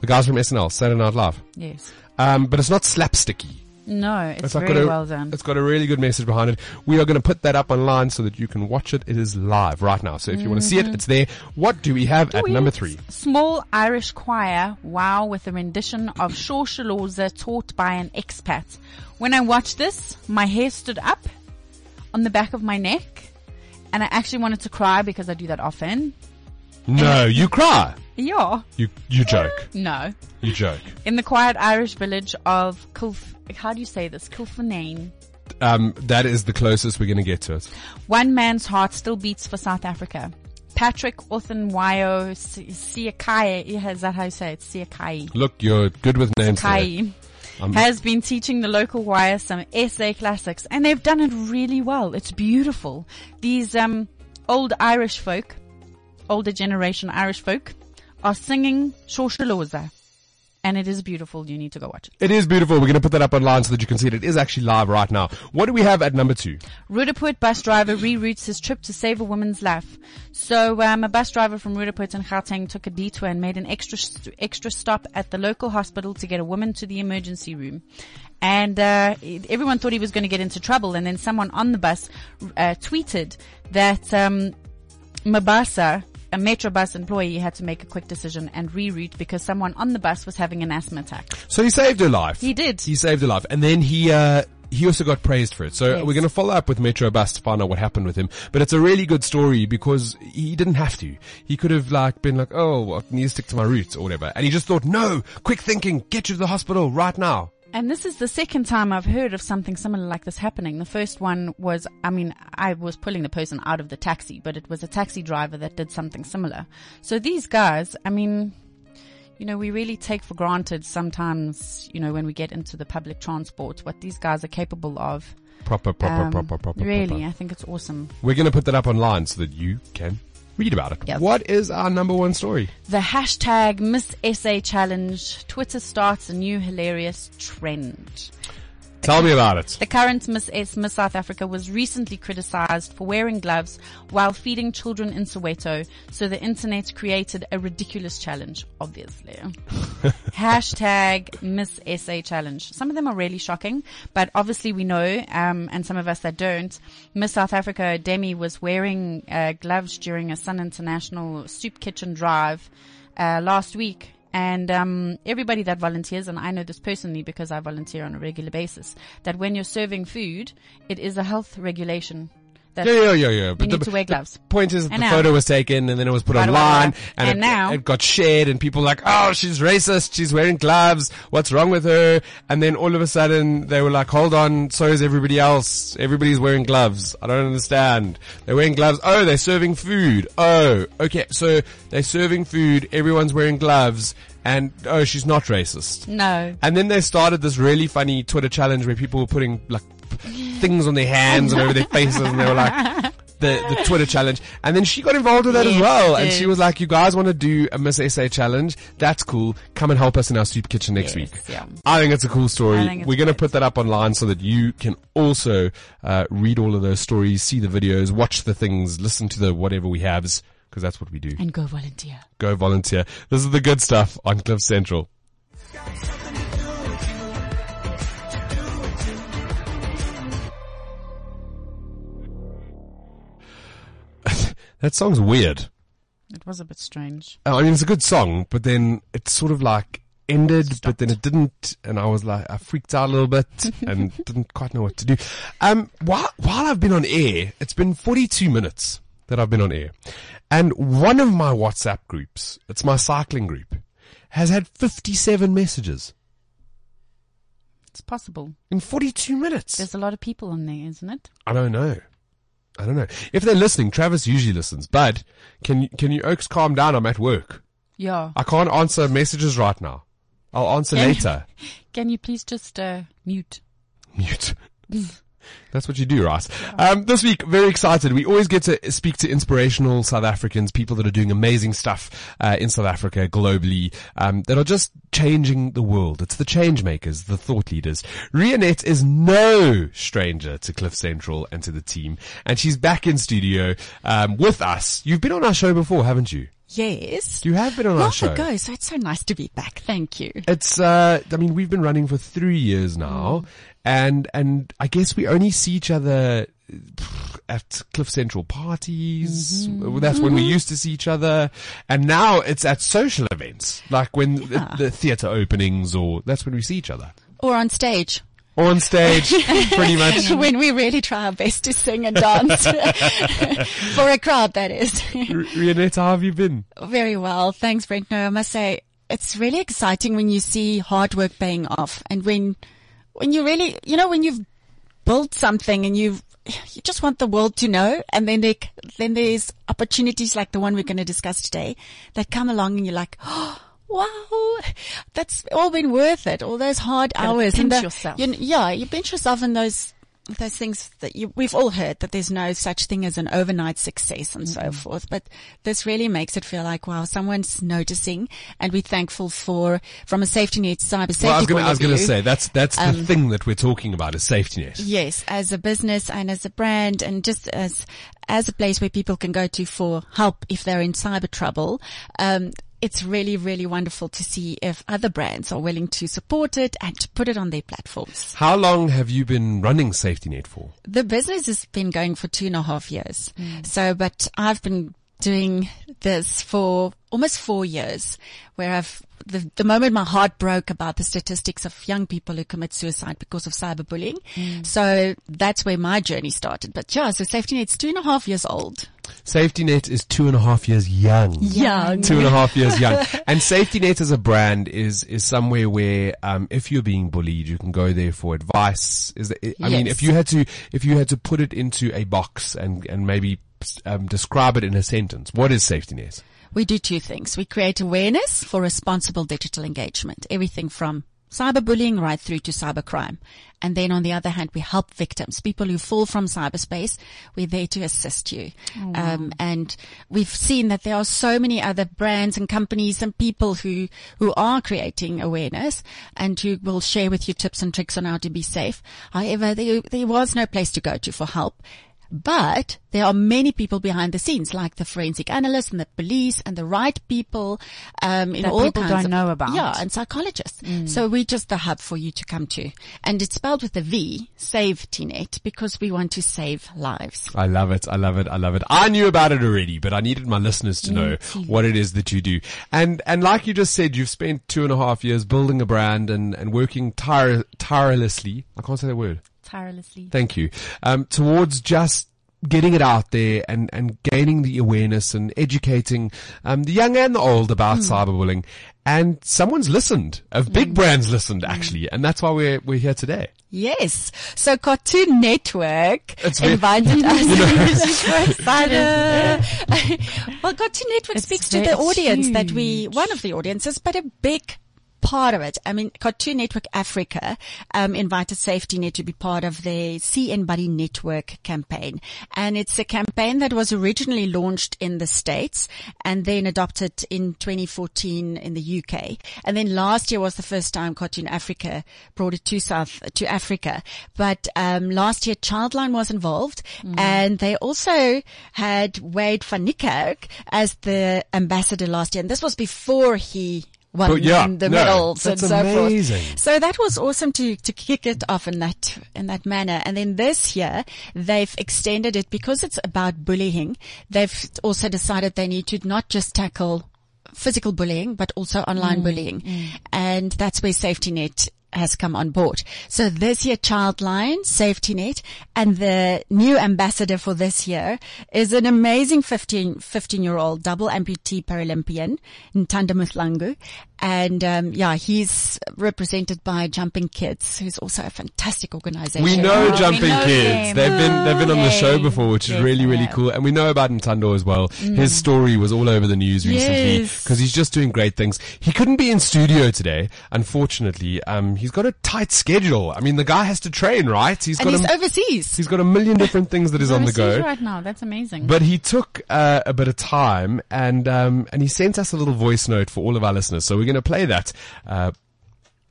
[SPEAKER 3] The guys from SNL, Saturday Night Live.
[SPEAKER 4] Yes.
[SPEAKER 3] Um, but it's not slapsticky.
[SPEAKER 4] No, it's,
[SPEAKER 3] It's
[SPEAKER 4] very
[SPEAKER 3] got a,
[SPEAKER 4] well done.
[SPEAKER 3] It's got a really good message behind it. We are going to put that up online so that you can watch it. It is live right now. So if you want to see it,
[SPEAKER 4] Mm-hmm.
[SPEAKER 3] it's there. What do we have at number three?
[SPEAKER 4] Small Irish choir, wow, with a rendition of Shawshalawza taught by an expat. When I watched this, my hair stood up on the back of my neck and I actually wanted to cry because I do that often. eh?
[SPEAKER 3] No, you cry.
[SPEAKER 4] Yeah.
[SPEAKER 3] You you joke.
[SPEAKER 4] No.
[SPEAKER 3] You joke.
[SPEAKER 4] In the quiet Irish village of Kilf, how do you say this? Kilfenane.
[SPEAKER 3] Um, that is the closest we're going to get to it.
[SPEAKER 4] One man's heart still beats for South Africa. Patrick Othenwayo Siakai, yeah, is that how you say it? Siakai.
[SPEAKER 3] Look, you're good with names. today.
[SPEAKER 4] Kai has been teaching the local choir some essay classics and they've done it really well. It's beautiful. These, um, old Irish folk, older generation Irish folk are singing Shawshalawza and it is beautiful. You need to go watch it.
[SPEAKER 3] It is beautiful. We're going to put that up online so that you can see it. It is actually live right now. What do we have at number two?
[SPEAKER 4] Rudaput bus driver reroutes his trip to save a woman's life. So, um, a bus driver from Rudaput in Gauteng took a detour and made an extra st- extra stop at the local hospital to get a woman to the emergency room. And uh, it- everyone thought he was going to get into trouble. And then someone on the bus uh, tweeted that um, Mabasa, a Metrobus employee, had to make a quick decision and reroute because someone on the bus was having an asthma attack.
[SPEAKER 3] So he saved her life.
[SPEAKER 4] He did.
[SPEAKER 3] He saved her life. And then he, uh, he also got praised for it. So
[SPEAKER 4] Yes.
[SPEAKER 3] we're going to follow up with Metro Bus to find out what happened with him. But it's a really good story because he didn't have to. He could have like been like, oh, well, I need to stick to my roots or whatever. And he just thought, no, quick thinking, get you to the hospital right now.
[SPEAKER 4] And this is the second time I've heard of something similar like this happening. The first one was, I mean, I was pulling the person out of the taxi, but it was a taxi driver that did something similar. So these guys, I mean, you know, we really take for granted sometimes, you know, when we get into the public transport, what these guys are capable of.
[SPEAKER 3] Proper, proper,
[SPEAKER 4] Um,
[SPEAKER 3] proper, proper,
[SPEAKER 4] really,
[SPEAKER 3] proper.
[SPEAKER 4] I think it's awesome.
[SPEAKER 3] We're going to put that up online so that you can read about it.
[SPEAKER 4] Yes.
[SPEAKER 3] What is our number one story?
[SPEAKER 4] The hashtag Miss SA Challenge. Twitter starts a new hilarious trend.
[SPEAKER 3] Tell me about it.
[SPEAKER 4] The current Miss S Miss South Africa was recently criticized for wearing gloves while feeding children in Soweto, so the internet created a ridiculous challenge, obviously. Hashtag Miss SA challenge. Some of them are really shocking, but obviously we know, um, and some of us that don't. Miss South Africa Demi was wearing uh, gloves during a Sun International soup kitchen drive uh, last week. And um, everybody that volunteers, and I know this personally because I volunteer on a regular basis, that when you're serving food, it is a health regulation. That
[SPEAKER 3] Yeah, yeah, yeah, yeah. But
[SPEAKER 4] need to wear gloves.
[SPEAKER 3] The point is, that
[SPEAKER 4] And
[SPEAKER 3] the
[SPEAKER 4] now-
[SPEAKER 3] photo was taken and then it was put
[SPEAKER 4] Right,
[SPEAKER 3] online,
[SPEAKER 4] right, right.
[SPEAKER 3] and,
[SPEAKER 4] And
[SPEAKER 3] it,
[SPEAKER 4] now-
[SPEAKER 3] it got shared, and people like, "Oh, she's racist. She's wearing gloves. What's wrong with her?" And then all of a sudden, they were like, "Hold on, so is everybody else. Everybody's wearing gloves. I don't understand. They're wearing gloves. Oh, they're serving food. Oh, okay, so they're serving food. Everyone's wearing gloves." And oh, she's not racist.
[SPEAKER 4] No.
[SPEAKER 3] And then they started this really funny Twitter challenge where people were putting like things on their hands and over their faces, and they were like the the Twitter challenge. And then she got involved with that as
[SPEAKER 4] Yes,
[SPEAKER 3] well,
[SPEAKER 4] she
[SPEAKER 3] and she
[SPEAKER 4] did.
[SPEAKER 3] was like, "You guys want to do a Miss SA challenge? That's cool. Come and help us in our soup kitchen next
[SPEAKER 4] Yes,
[SPEAKER 3] week."
[SPEAKER 4] yeah.
[SPEAKER 3] I think it's a cool
[SPEAKER 4] I
[SPEAKER 3] story.
[SPEAKER 4] think it's
[SPEAKER 3] We're gonna
[SPEAKER 4] great.
[SPEAKER 3] put that up online so that you can also uh, read all of those stories, see the videos, watch the things, listen to the whatever we haves, because that's what we do.
[SPEAKER 4] And go volunteer.
[SPEAKER 3] Go volunteer. This is the good stuff on Cliff Central. that song's weird.
[SPEAKER 4] It was a bit strange.
[SPEAKER 3] Oh, I mean, it's a good song, but then it's sort of like ended, but then it didn't, and I was like, I freaked out a little bit and didn't quite know what to do. Um, while while I've been on air, it's been 42 minutes that I've been on air, and one of my WhatsApp groups, it's my cycling group, has had 57 messages
[SPEAKER 4] It's possible.
[SPEAKER 3] in 42 minutes.
[SPEAKER 4] There's a lot of people on there, isn't it?
[SPEAKER 3] I don't know. I don't know. If they're listening, Travis usually listens, but can you, can you oaks calm down? I'm at work.
[SPEAKER 4] Yeah.
[SPEAKER 3] I can't answer messages right now. I'll answer
[SPEAKER 4] Can you-
[SPEAKER 3] later.
[SPEAKER 4] Can you please just uh, mute?
[SPEAKER 3] Mute. That's what you do, Ross. Um, this week, very excited. We always get to speak to inspirational South Africans, people that are doing amazing stuff uh, in South Africa, globally, um, that are just changing the world. It's the change makers, the thought leaders. Rianette is no stranger to Cliff Central and to the team, and she's back in studio um, with us. You've been on our show before, haven't you?
[SPEAKER 5] Yes.
[SPEAKER 3] You have been on our
[SPEAKER 5] Long
[SPEAKER 3] show.
[SPEAKER 5] ago, so it's so nice to be back. Thank you.
[SPEAKER 3] It's uh I mean we've been running for 3 years now and and I guess we only see each other pff, at Cliff Central parties. Well, That's when we used to see each other and now it's at social events like when the- the, theater openings or that's when we see each other.
[SPEAKER 5] Or on stage.
[SPEAKER 3] Or on stage pretty much.
[SPEAKER 5] When we really try our best to sing and dance for a crowd, that is.
[SPEAKER 3] R- Rianette, how have you been?
[SPEAKER 5] Very well. Thanks, Brent. No, I must say it's really exciting when you see hard work paying off and when, when you really, you know, when you've built something and you've, you just want the world to know. And then they, then there's opportunities like the one we're going to discuss today that come along and you're like, oh, wow, that's all been worth it. All those hard hours. and
[SPEAKER 4] pinch
[SPEAKER 5] the-
[SPEAKER 4] yourself.
[SPEAKER 5] you kn- yeah, you pinch yourself in those, those things that you, we've all heard that there's no such thing as an overnight success and
[SPEAKER 3] Mm-hmm.
[SPEAKER 5] so forth. But this really makes it feel like, wow, someone's noticing and we're thankful for, from a safety net, cyber safety
[SPEAKER 3] Well, I was going
[SPEAKER 5] point
[SPEAKER 3] I was
[SPEAKER 5] of
[SPEAKER 3] going to
[SPEAKER 5] view.
[SPEAKER 3] say that's that's the
[SPEAKER 5] Um,
[SPEAKER 3] thing that we're talking about is safety net.
[SPEAKER 5] Yes, as a business and as a brand and just as, as a place where people can go to for help if they're in cyber trouble. Um, it's really, really wonderful to see if other brands are willing to support it and to put it on their platforms.
[SPEAKER 3] How long have you been running safety net for?
[SPEAKER 5] The business has been going for two and a half years. So, but I've been doing this for almost four years where I've, the, the moment my heart broke about the statistics of young people who commit suicide because of cyberbullying. So that's where my journey started. But yeah, so safety net's two and a half years old.
[SPEAKER 3] Safety net is two and a half years young.
[SPEAKER 5] Young.
[SPEAKER 3] two and a half years young. And Safety Net as a brand is is somewhere where um, if you're being bullied, you can go there for advice. Is that, I mean,
[SPEAKER 5] Yes.
[SPEAKER 3] if you had to if you had to put it into a box and and maybe um, describe it in a sentence, what is Safety Net?
[SPEAKER 5] We do two things. We create awareness for responsible digital engagement, everything from cyberbullying right through to cybercrime. And then on the other hand, we help victims, people who fall from cyberspace. We're there to assist you. Um, and we've seen that there are so many other brands and companies and people who, who are creating awareness and who will share with you tips and tricks on how to be safe. However, there, there was no place to go to for help. But there are many people behind the scenes, like the forensic analysts and the police and the right people, um, in
[SPEAKER 4] That
[SPEAKER 5] all
[SPEAKER 4] people
[SPEAKER 5] kinds
[SPEAKER 4] don't
[SPEAKER 5] of,
[SPEAKER 4] know about. Mm.
[SPEAKER 5] Yeah, and psychologists. So we're just the hub for you to come to, and it's spelled with a V, Save Tinet, because we want to save lives.
[SPEAKER 3] I love it. I love it. I love it. I knew about it already, but I needed my listeners to know what it is that you do. And, and like you just said, you've spent two and a half years building a brand and, and working tire, tirelessly. I can't say that word.
[SPEAKER 4] Tirelessly.
[SPEAKER 3] Thank you. Um, towards just getting it out there and, and gaining the awareness and educating um, the young and the old about
[SPEAKER 4] Hmm.
[SPEAKER 3] cyberbullying. And someone's listened. A
[SPEAKER 4] Mm.
[SPEAKER 3] big brand's listened, actually. And that's why we're, we're here today.
[SPEAKER 5] Yes. So Cartoon Network
[SPEAKER 3] It's very-
[SPEAKER 5] invited us. so excited. well, Cartoon Network
[SPEAKER 4] It's
[SPEAKER 5] speaks to
[SPEAKER 4] very-
[SPEAKER 5] the
[SPEAKER 4] it's
[SPEAKER 5] audience that we,
[SPEAKER 4] huge.
[SPEAKER 5] one of the audiences, but a big part of it. I mean, Cartoon Network Africa um, invited Safety Net to be part of their CN Buddy Network campaign. And it's a campaign that was originally launched in the States and then adopted in 2014 in the UK. And then last year was the first time Cartoon Africa brought it to South, to Africa. But um, last year Childline was involved
[SPEAKER 3] Mm.
[SPEAKER 5] and they also had Wade van Niekerk as the ambassador last year. And this was before he won
[SPEAKER 3] But yeah,
[SPEAKER 5] won the
[SPEAKER 3] no,
[SPEAKER 5] medals and
[SPEAKER 3] that's
[SPEAKER 5] so
[SPEAKER 3] amazing.
[SPEAKER 5] forth. So that was awesome to, to kick it off in that, in that manner. And then this year they've extended it because it's about bullying. They've also decided they need to not just tackle physical bullying, but also online bullying. And that's where Safety Net has come on board. So this year, Childline, Safety Net, and the new ambassador for this year is an amazing 15, 15 year old double amputee Paralympian, Ntanda Mutlangu. And, um, yeah, he's represented by Jumping Kids, who's also a fantastic organization.
[SPEAKER 3] We know
[SPEAKER 4] Oh, we
[SPEAKER 3] Jumping
[SPEAKER 4] know
[SPEAKER 3] Kids.
[SPEAKER 4] them.
[SPEAKER 3] They've been they've been on the show before, which is
[SPEAKER 4] Yes, Mm.
[SPEAKER 3] really
[SPEAKER 4] they
[SPEAKER 3] really
[SPEAKER 4] have.
[SPEAKER 3] cool. And we know about Nintendo as well. His story was all over the news recently
[SPEAKER 5] Yes.
[SPEAKER 3] because he's just doing great things. He couldn't be in studio today, unfortunately. Um, he's got a tight schedule. I mean, the guy has to train, right? He's
[SPEAKER 5] and
[SPEAKER 3] got
[SPEAKER 5] he's
[SPEAKER 3] a,
[SPEAKER 5] overseas.
[SPEAKER 3] he's got a million different things that is on the go.
[SPEAKER 4] Overseas right now. That's amazing.
[SPEAKER 3] But he took uh, a bit of time and um, and he sent us a little voice note for all of our listeners. So we're going to play that. Uh,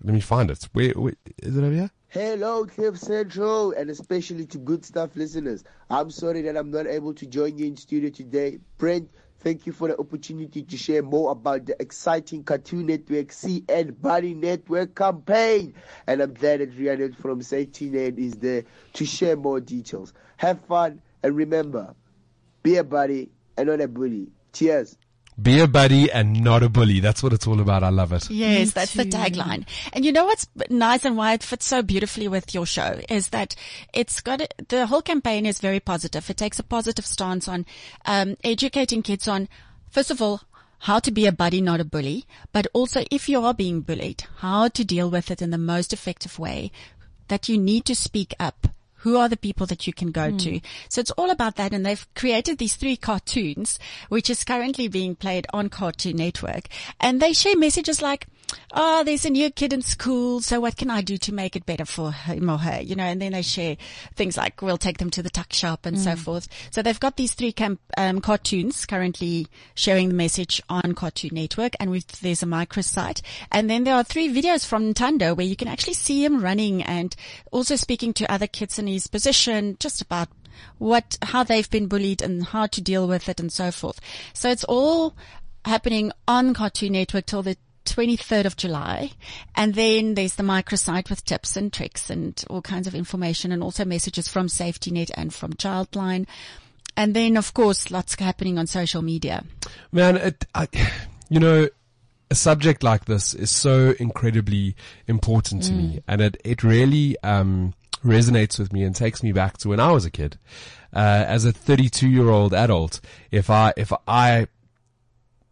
[SPEAKER 3] let me find it. Where, where is it over here?
[SPEAKER 6] Hello, Cliff Central, and especially to Good Stuff listeners. I'm sorry that I'm not able to join you in studio today. Brent, thank you for the opportunity to share more about the exciting Cartoon Network CN Buddy Network campaign. And I'm glad that Rhiannon from Safety Net is there to share more details. Have fun, and remember, be a buddy and not a bully. Cheers.
[SPEAKER 3] Be a buddy and not a bully. That's what it's all about. I love it.
[SPEAKER 5] Yes, that's the tagline. And you know what's b- nice and why it fits so beautifully with your show is that it's got a, the whole campaign is very positive. It takes a positive stance on um, educating kids on, first of all, how to be a buddy, not a bully, but also if you are being bullied, how to deal with it in the most effective way that you need to speak up. Who are the people that you can go to? So it's all about that. And they've created these three cartoons, which is currently being played on Cartoon Network. And they share messages like, Oh, there's a new kid in school. So what can I do to make it better for him or her? You know, and then they share things like, we'll take them to the tuck shop and so forth. So they've got these three camp, um, cartoons currently sharing the message on Cartoon Network. And we've, there's a microsite. And then there are three videos from Nintendo where you can actually see him running and also speaking to other kids in his position just about what, how they've been bullied and how to deal with it and so forth. So it's all happening on Cartoon Network till the 23rd of July. And then there's the microsite with tips and tricks and all kinds of information and also messages from Safety Net and from Childline. And then of course lots happening on social media.
[SPEAKER 3] Man, it, I, you know, a subject like this is so incredibly important to
[SPEAKER 4] Mm.
[SPEAKER 3] me, and it it really um, resonates with me and takes me back to when I was a kid. Uh, as a 32 year old adult, if I if I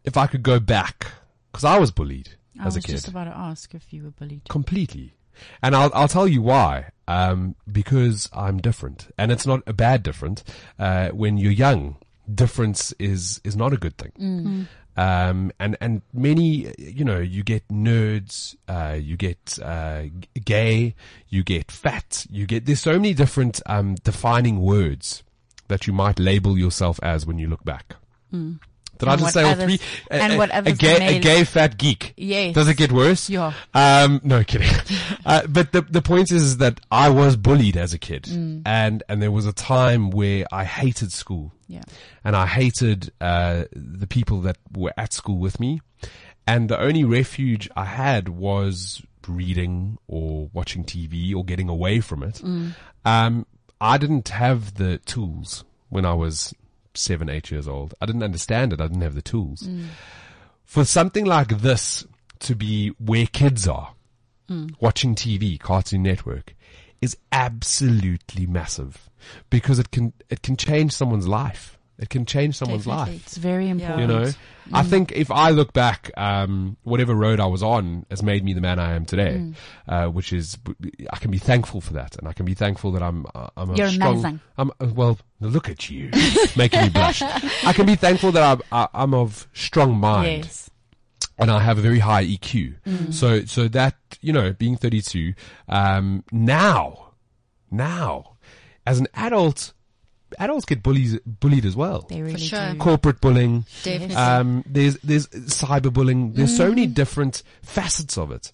[SPEAKER 3] if I could go back, because I was bullied
[SPEAKER 4] I
[SPEAKER 3] as
[SPEAKER 4] was
[SPEAKER 3] a kid,
[SPEAKER 4] just about to ask if you were bullied.
[SPEAKER 3] completely, and I'll I'll tell you why. Um, because I'm different, and it's not a bad different. Uh, when you're young, difference is is not a good thing
[SPEAKER 4] Mm.
[SPEAKER 3] um, and and many you know you get nerds, uh, you get uh, g- gay, you get fat, you get there's so many different um, defining words that you might label yourself as when you look back. Did I
[SPEAKER 4] Mm. And
[SPEAKER 3] just
[SPEAKER 4] what
[SPEAKER 3] say all
[SPEAKER 4] others-
[SPEAKER 3] three? A-
[SPEAKER 4] and
[SPEAKER 3] a-
[SPEAKER 4] what
[SPEAKER 3] a
[SPEAKER 4] others
[SPEAKER 3] gay, a
[SPEAKER 4] may-
[SPEAKER 3] gay fat geek.
[SPEAKER 4] Yes.
[SPEAKER 3] Does it get worse?
[SPEAKER 4] Yeah.
[SPEAKER 3] Um, no kidding. uh, but the the point is, is that I was bullied as a kid,
[SPEAKER 4] Mm.
[SPEAKER 3] and and there was a time where I hated school
[SPEAKER 4] Yeah.
[SPEAKER 3] and I hated uh, the people that were at school with me. And the only refuge I had was reading or watching TV or getting away from it.
[SPEAKER 4] Mm.
[SPEAKER 3] Um, I didn't have the tools when I was seven, eight years old. I didn't understand it. I didn't have the tools.
[SPEAKER 4] Mm.
[SPEAKER 3] For something like this to be where kids are,
[SPEAKER 4] Hmm.
[SPEAKER 3] watching TV, Cartoon Network, is absolutely massive because it can it can change someone's life. It can change someone's
[SPEAKER 5] Definitely.
[SPEAKER 3] life.
[SPEAKER 4] It's Hmm. very important.
[SPEAKER 3] You know, I think if I look back, um, whatever road I was on has made me the man I am today,
[SPEAKER 4] Hmm.
[SPEAKER 3] uh, which is I can be thankful for that, and I can be thankful that I'm I'm a
[SPEAKER 4] You're
[SPEAKER 3] strong.
[SPEAKER 4] amazing.
[SPEAKER 3] I'm uh, well. Look at you, making me blush. I can be thankful that I'm I, I'm of strong mind
[SPEAKER 4] Yes.
[SPEAKER 3] and I have a very high EQ. So, so that, you know, being 32, um, now, now, as an adult, adults get bullies, bullied as well.
[SPEAKER 4] They really
[SPEAKER 5] sure.
[SPEAKER 4] do.
[SPEAKER 3] Corporate bullying.
[SPEAKER 5] Definitely.
[SPEAKER 3] Um, there's, there's cyberbullying. There's so many different facets of it.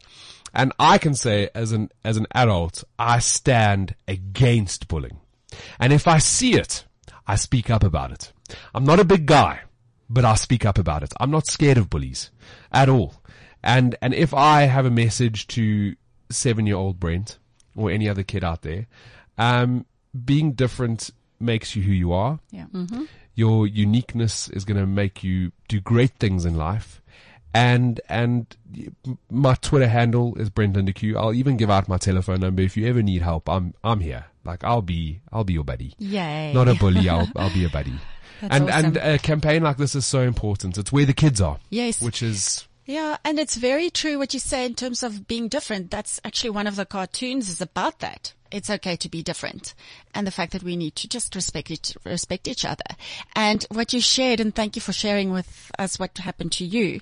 [SPEAKER 3] And I can say as an, as an adult, I stand against bullying. And if I see it, I speak up about it. I'm not a big guy, but I speak up about it. I'm not scared of bullies at all. And, and if I have a message to seven year old Brent or any other kid out there, um, being different makes you who you are
[SPEAKER 4] Yeah.
[SPEAKER 3] your uniqueness is going to make you do great things in life. and and my Twitter handle is Brendan DeQ. I'll even give out my telephone number if you ever need help. I'm I'm here. Like I'll be I'll be your buddy.
[SPEAKER 5] Yay.
[SPEAKER 3] Not a bully. I'll I'll be a buddy.
[SPEAKER 5] That's
[SPEAKER 3] and
[SPEAKER 5] awesome.
[SPEAKER 3] and a campaign like this is so important. It's where the kids are.
[SPEAKER 5] Yes.
[SPEAKER 3] Which is
[SPEAKER 5] Yeah, and it's very true what you say in terms of being different. That's actually one of the cartoons is about that. It's okay to be different and the fact that we need to just respect each, respect each other. And what you shared and thank you for sharing with us what happened to you.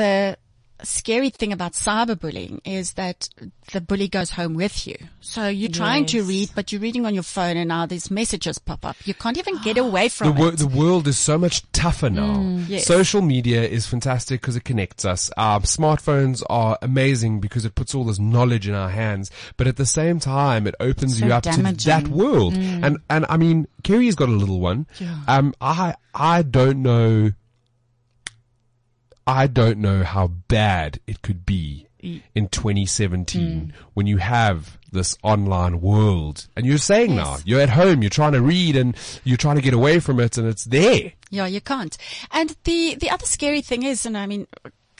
[SPEAKER 5] The scary thing about cyberbullying is that the bully goes home with you. So you're trying to
[SPEAKER 4] Yes.
[SPEAKER 5] read, but you're reading on your phone and now these messages pop up. You can't even get away
[SPEAKER 3] the,
[SPEAKER 5] from
[SPEAKER 3] wor-
[SPEAKER 5] it. Mm,
[SPEAKER 3] the world is so much tougher now.
[SPEAKER 5] yes.
[SPEAKER 3] Social media is fantastic because it connects us. Our smartphones are amazing because it puts all this knowledge in our hands. But at the same time, it opens
[SPEAKER 4] So
[SPEAKER 3] you up to
[SPEAKER 4] damaging. Mm.
[SPEAKER 3] that world. And and I mean, Kerry's got a little one. Um, I I don't know. I don't know how bad it could be in
[SPEAKER 4] Mm.
[SPEAKER 3] 2017 when you have this online world and you're saying now you're at home, you're trying to read and you're trying to get away from it and it's there.
[SPEAKER 5] Yeah, you can't. And the, the other scary thing is, and I mean,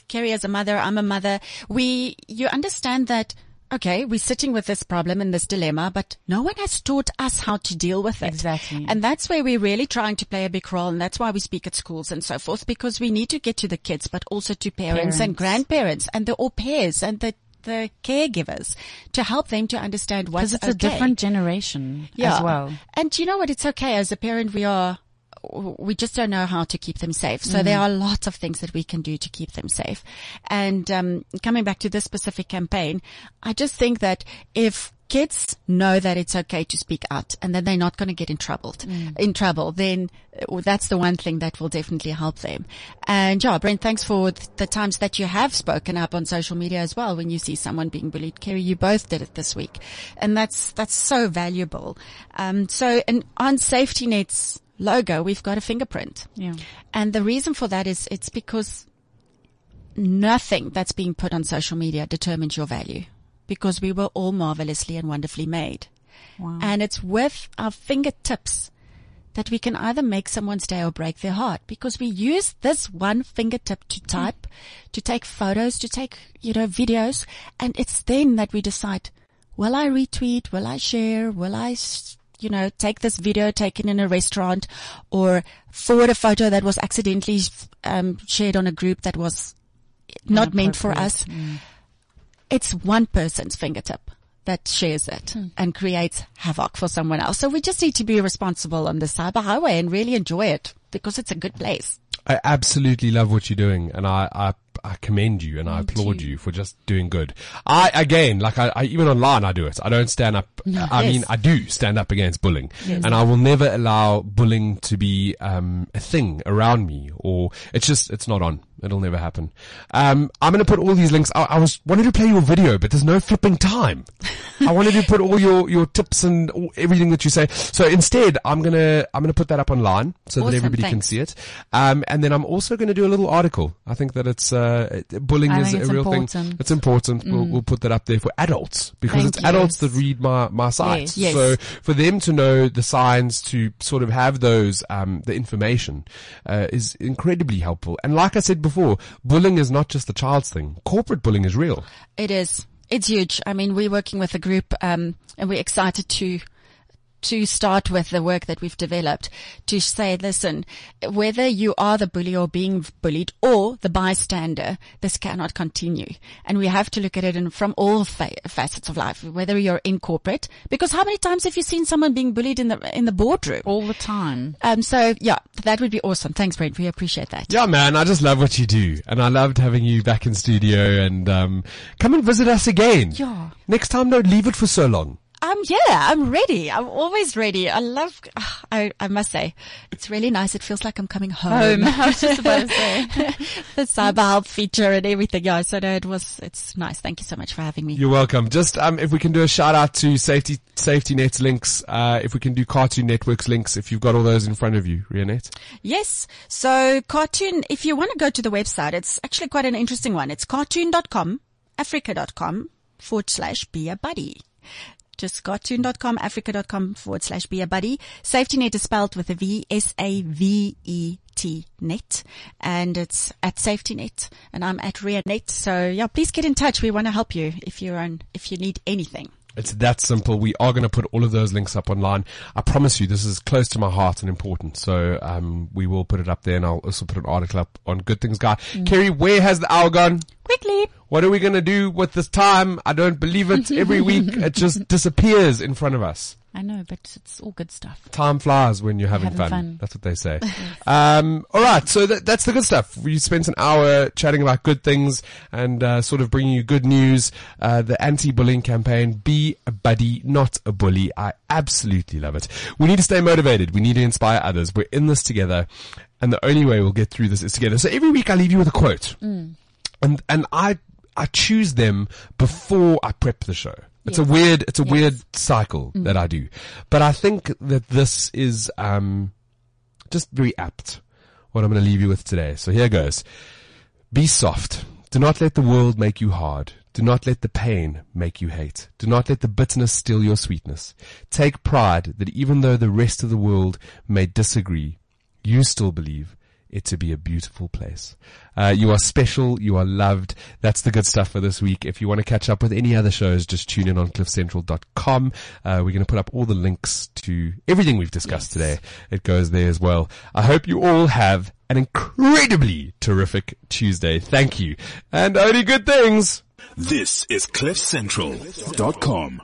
[SPEAKER 5] Carrie as a mother, I'm a mother, we, you understand that, okay, we're sitting with this problem and this dilemma, but no one has taught us how to deal with it.
[SPEAKER 4] Exactly.
[SPEAKER 5] And that's where we're really trying to play a big role. And that's why we speak at schools and so forth, because we need to get to the kids, but also to parents, and
[SPEAKER 4] Parents.
[SPEAKER 5] grandparents and the au pairs and the, the caregivers to help them to understand what's
[SPEAKER 4] Because it's
[SPEAKER 5] okay
[SPEAKER 4] a different generation as well.
[SPEAKER 5] and you know what? It's okay. As a parent, we are, we just don't know how to keep them safe. So there are
[SPEAKER 4] Mm-hmm.
[SPEAKER 5] lots of things that we can do to keep them safe. And, um, coming back to this specific campaign, I just think that if kids know that it's okay to speak out and that they're not going to get in trouble,
[SPEAKER 4] Mm.
[SPEAKER 5] in trouble, then uh, that's the one thing that will definitely help them. And yeah, Brent, thanks for th- the times that you have spoken up on social media as well when you see someone being bullied. Kerry, you both did it this week. And that's, that's so valuable. Um, so, and on Safety Net's logo, we've got a fingerprint.
[SPEAKER 4] Yeah.
[SPEAKER 5] And the reason for that is it's because nothing that's being put on social media determines your value because we were all marvelously and wonderfully made. And it's with our fingertips that we can either make someone's day or break their heart because we use this one fingertip to type, to take photos, to take, you know, videos. And it's then that we decide, will I retweet? Will I share? Will I, s- you know, take this video taken in a restaurant or forward a photo that was accidentally um, shared on a group that was not meant for us? it's one person's fingertip that shares it and creates havoc for someone else. So we just need to be responsible on the cyber highway and really enjoy it because it's a good place.
[SPEAKER 3] I absolutely love what you're doing, and I I, I commend you and I applaud you. for just doing good. I again, like I, I even online, I do it. I don't stand up. I
[SPEAKER 5] Yes.
[SPEAKER 3] mean, I do stand up against bullying, and I will never allow bullying to be um, a thing around me. Or it's just it's not on. It'll never happen. Um, I'm gonna put all these links. I, I was wanted to play your video, but there's no flipping time. I wanted to put all your your tips and all- everything that you say. So instead, I'm gonna I'm gonna put that up online so that
[SPEAKER 5] Awesome,
[SPEAKER 3] everybody can
[SPEAKER 5] thanks.
[SPEAKER 3] see it. Um, and then I'm also going to do a little article. I think that it's uh, it- bullying
[SPEAKER 4] I
[SPEAKER 3] is
[SPEAKER 4] think
[SPEAKER 3] a
[SPEAKER 4] it's
[SPEAKER 3] real thing.
[SPEAKER 4] important.
[SPEAKER 3] It's important. We'll, we'll put that up there for adults because
[SPEAKER 5] Mm. Thank
[SPEAKER 3] it's
[SPEAKER 5] you.
[SPEAKER 3] adults that read my my site.
[SPEAKER 5] Yes.
[SPEAKER 3] So for them to know the signs to sort of have those um, the information uh, is incredibly helpful. And like I said before, bullying is not just the child's thing. Corporate bullying is real.
[SPEAKER 5] It is. It's huge. I mean, we're working with a group, um, and we're excited to to start with the work that we've developed to say, listen, whether you are the bully or being bullied or the bystander, this cannot continue. And we have to look at it in, from all fa- facets of life, whether you're in corporate, because how many times have you seen someone being bullied in the, in the boardroom?
[SPEAKER 4] All the time.
[SPEAKER 5] Um, so yeah, that would be awesome. Thanks, Brent. We appreciate that.
[SPEAKER 3] Yeah, man, I just love what you do, and I loved having you back in studio. And um, come and visit us again.
[SPEAKER 5] Yeah.
[SPEAKER 3] Next time, don't leave it for so long.
[SPEAKER 5] Um, yeah, I'm ready. I'm always ready. I love, I, I must say, it's really nice. It feels like I'm coming home.
[SPEAKER 4] I was just about to say.
[SPEAKER 5] the cyber help feature and everything. Yeah, so no, it was, it's nice. Thank you so much for having me.
[SPEAKER 3] You're welcome. Just um, if we can do a shout out to safety safety nets links, uh, if we can do Cartoon Network's links, if you've got all those in front of you, Rianette.
[SPEAKER 5] Yes. So cartoon, if you want to go to the website, it's actually quite an interesting one. It's cartoon.com, africa.com forward slash be a buddy. to scottune.com, africa.com forward slash be a buddy. Safety net is spelled with a V, S-A-V-E-T net. And it's at safety net and I'm at rear net. So yeah, please get in touch. We want to help you if you're on, if you need anything.
[SPEAKER 3] It's that simple. We are going to put all of those links up online. I promise you, this is close to my heart and important. So um, we will put it up there, and I'll also put an article up on Good Things Guy. Kerry, where has the hour gone?
[SPEAKER 5] Quickly.
[SPEAKER 3] What are we going to do with this time? I don't believe it. Every week, it just disappears in front of us.
[SPEAKER 4] I know, but it's all good stuff.
[SPEAKER 3] Time flies when you're having,
[SPEAKER 4] Having fun.
[SPEAKER 3] That's what they say. um, all right, so that, that's the good stuff. We spent an hour chatting about good things and uh, sort of bringing you good news. Uh, the anti-bullying campaign: Be a buddy, not a bully. I absolutely love it. We need to stay motivated. We need to inspire others. We're in this together, and the only way we'll get through this is together. So every week I leave you with a quote and and I I choose them before I prep the show. It's a weird it's a weird cycle that I do, but I think that this is um just very apt. What I'm going to leave you with today. So here goes: Be soft. Do not let the world make you hard. Do not let the pain make you hate. Do not let the bitterness steal your sweetness. Take pride that even though the rest of the world may disagree, you still believe it to be a beautiful place. Uh, you are special. You are loved. That's the good stuff for this week. If you want to catch up with any other shows, just tune in on cliffcentral.com. Uh, we're going to put up all the links to everything we've discussed today. It goes there as well. I hope you all have an incredibly terrific Tuesday. Thank you. And only good things.
[SPEAKER 1] This is CliffCentral.com.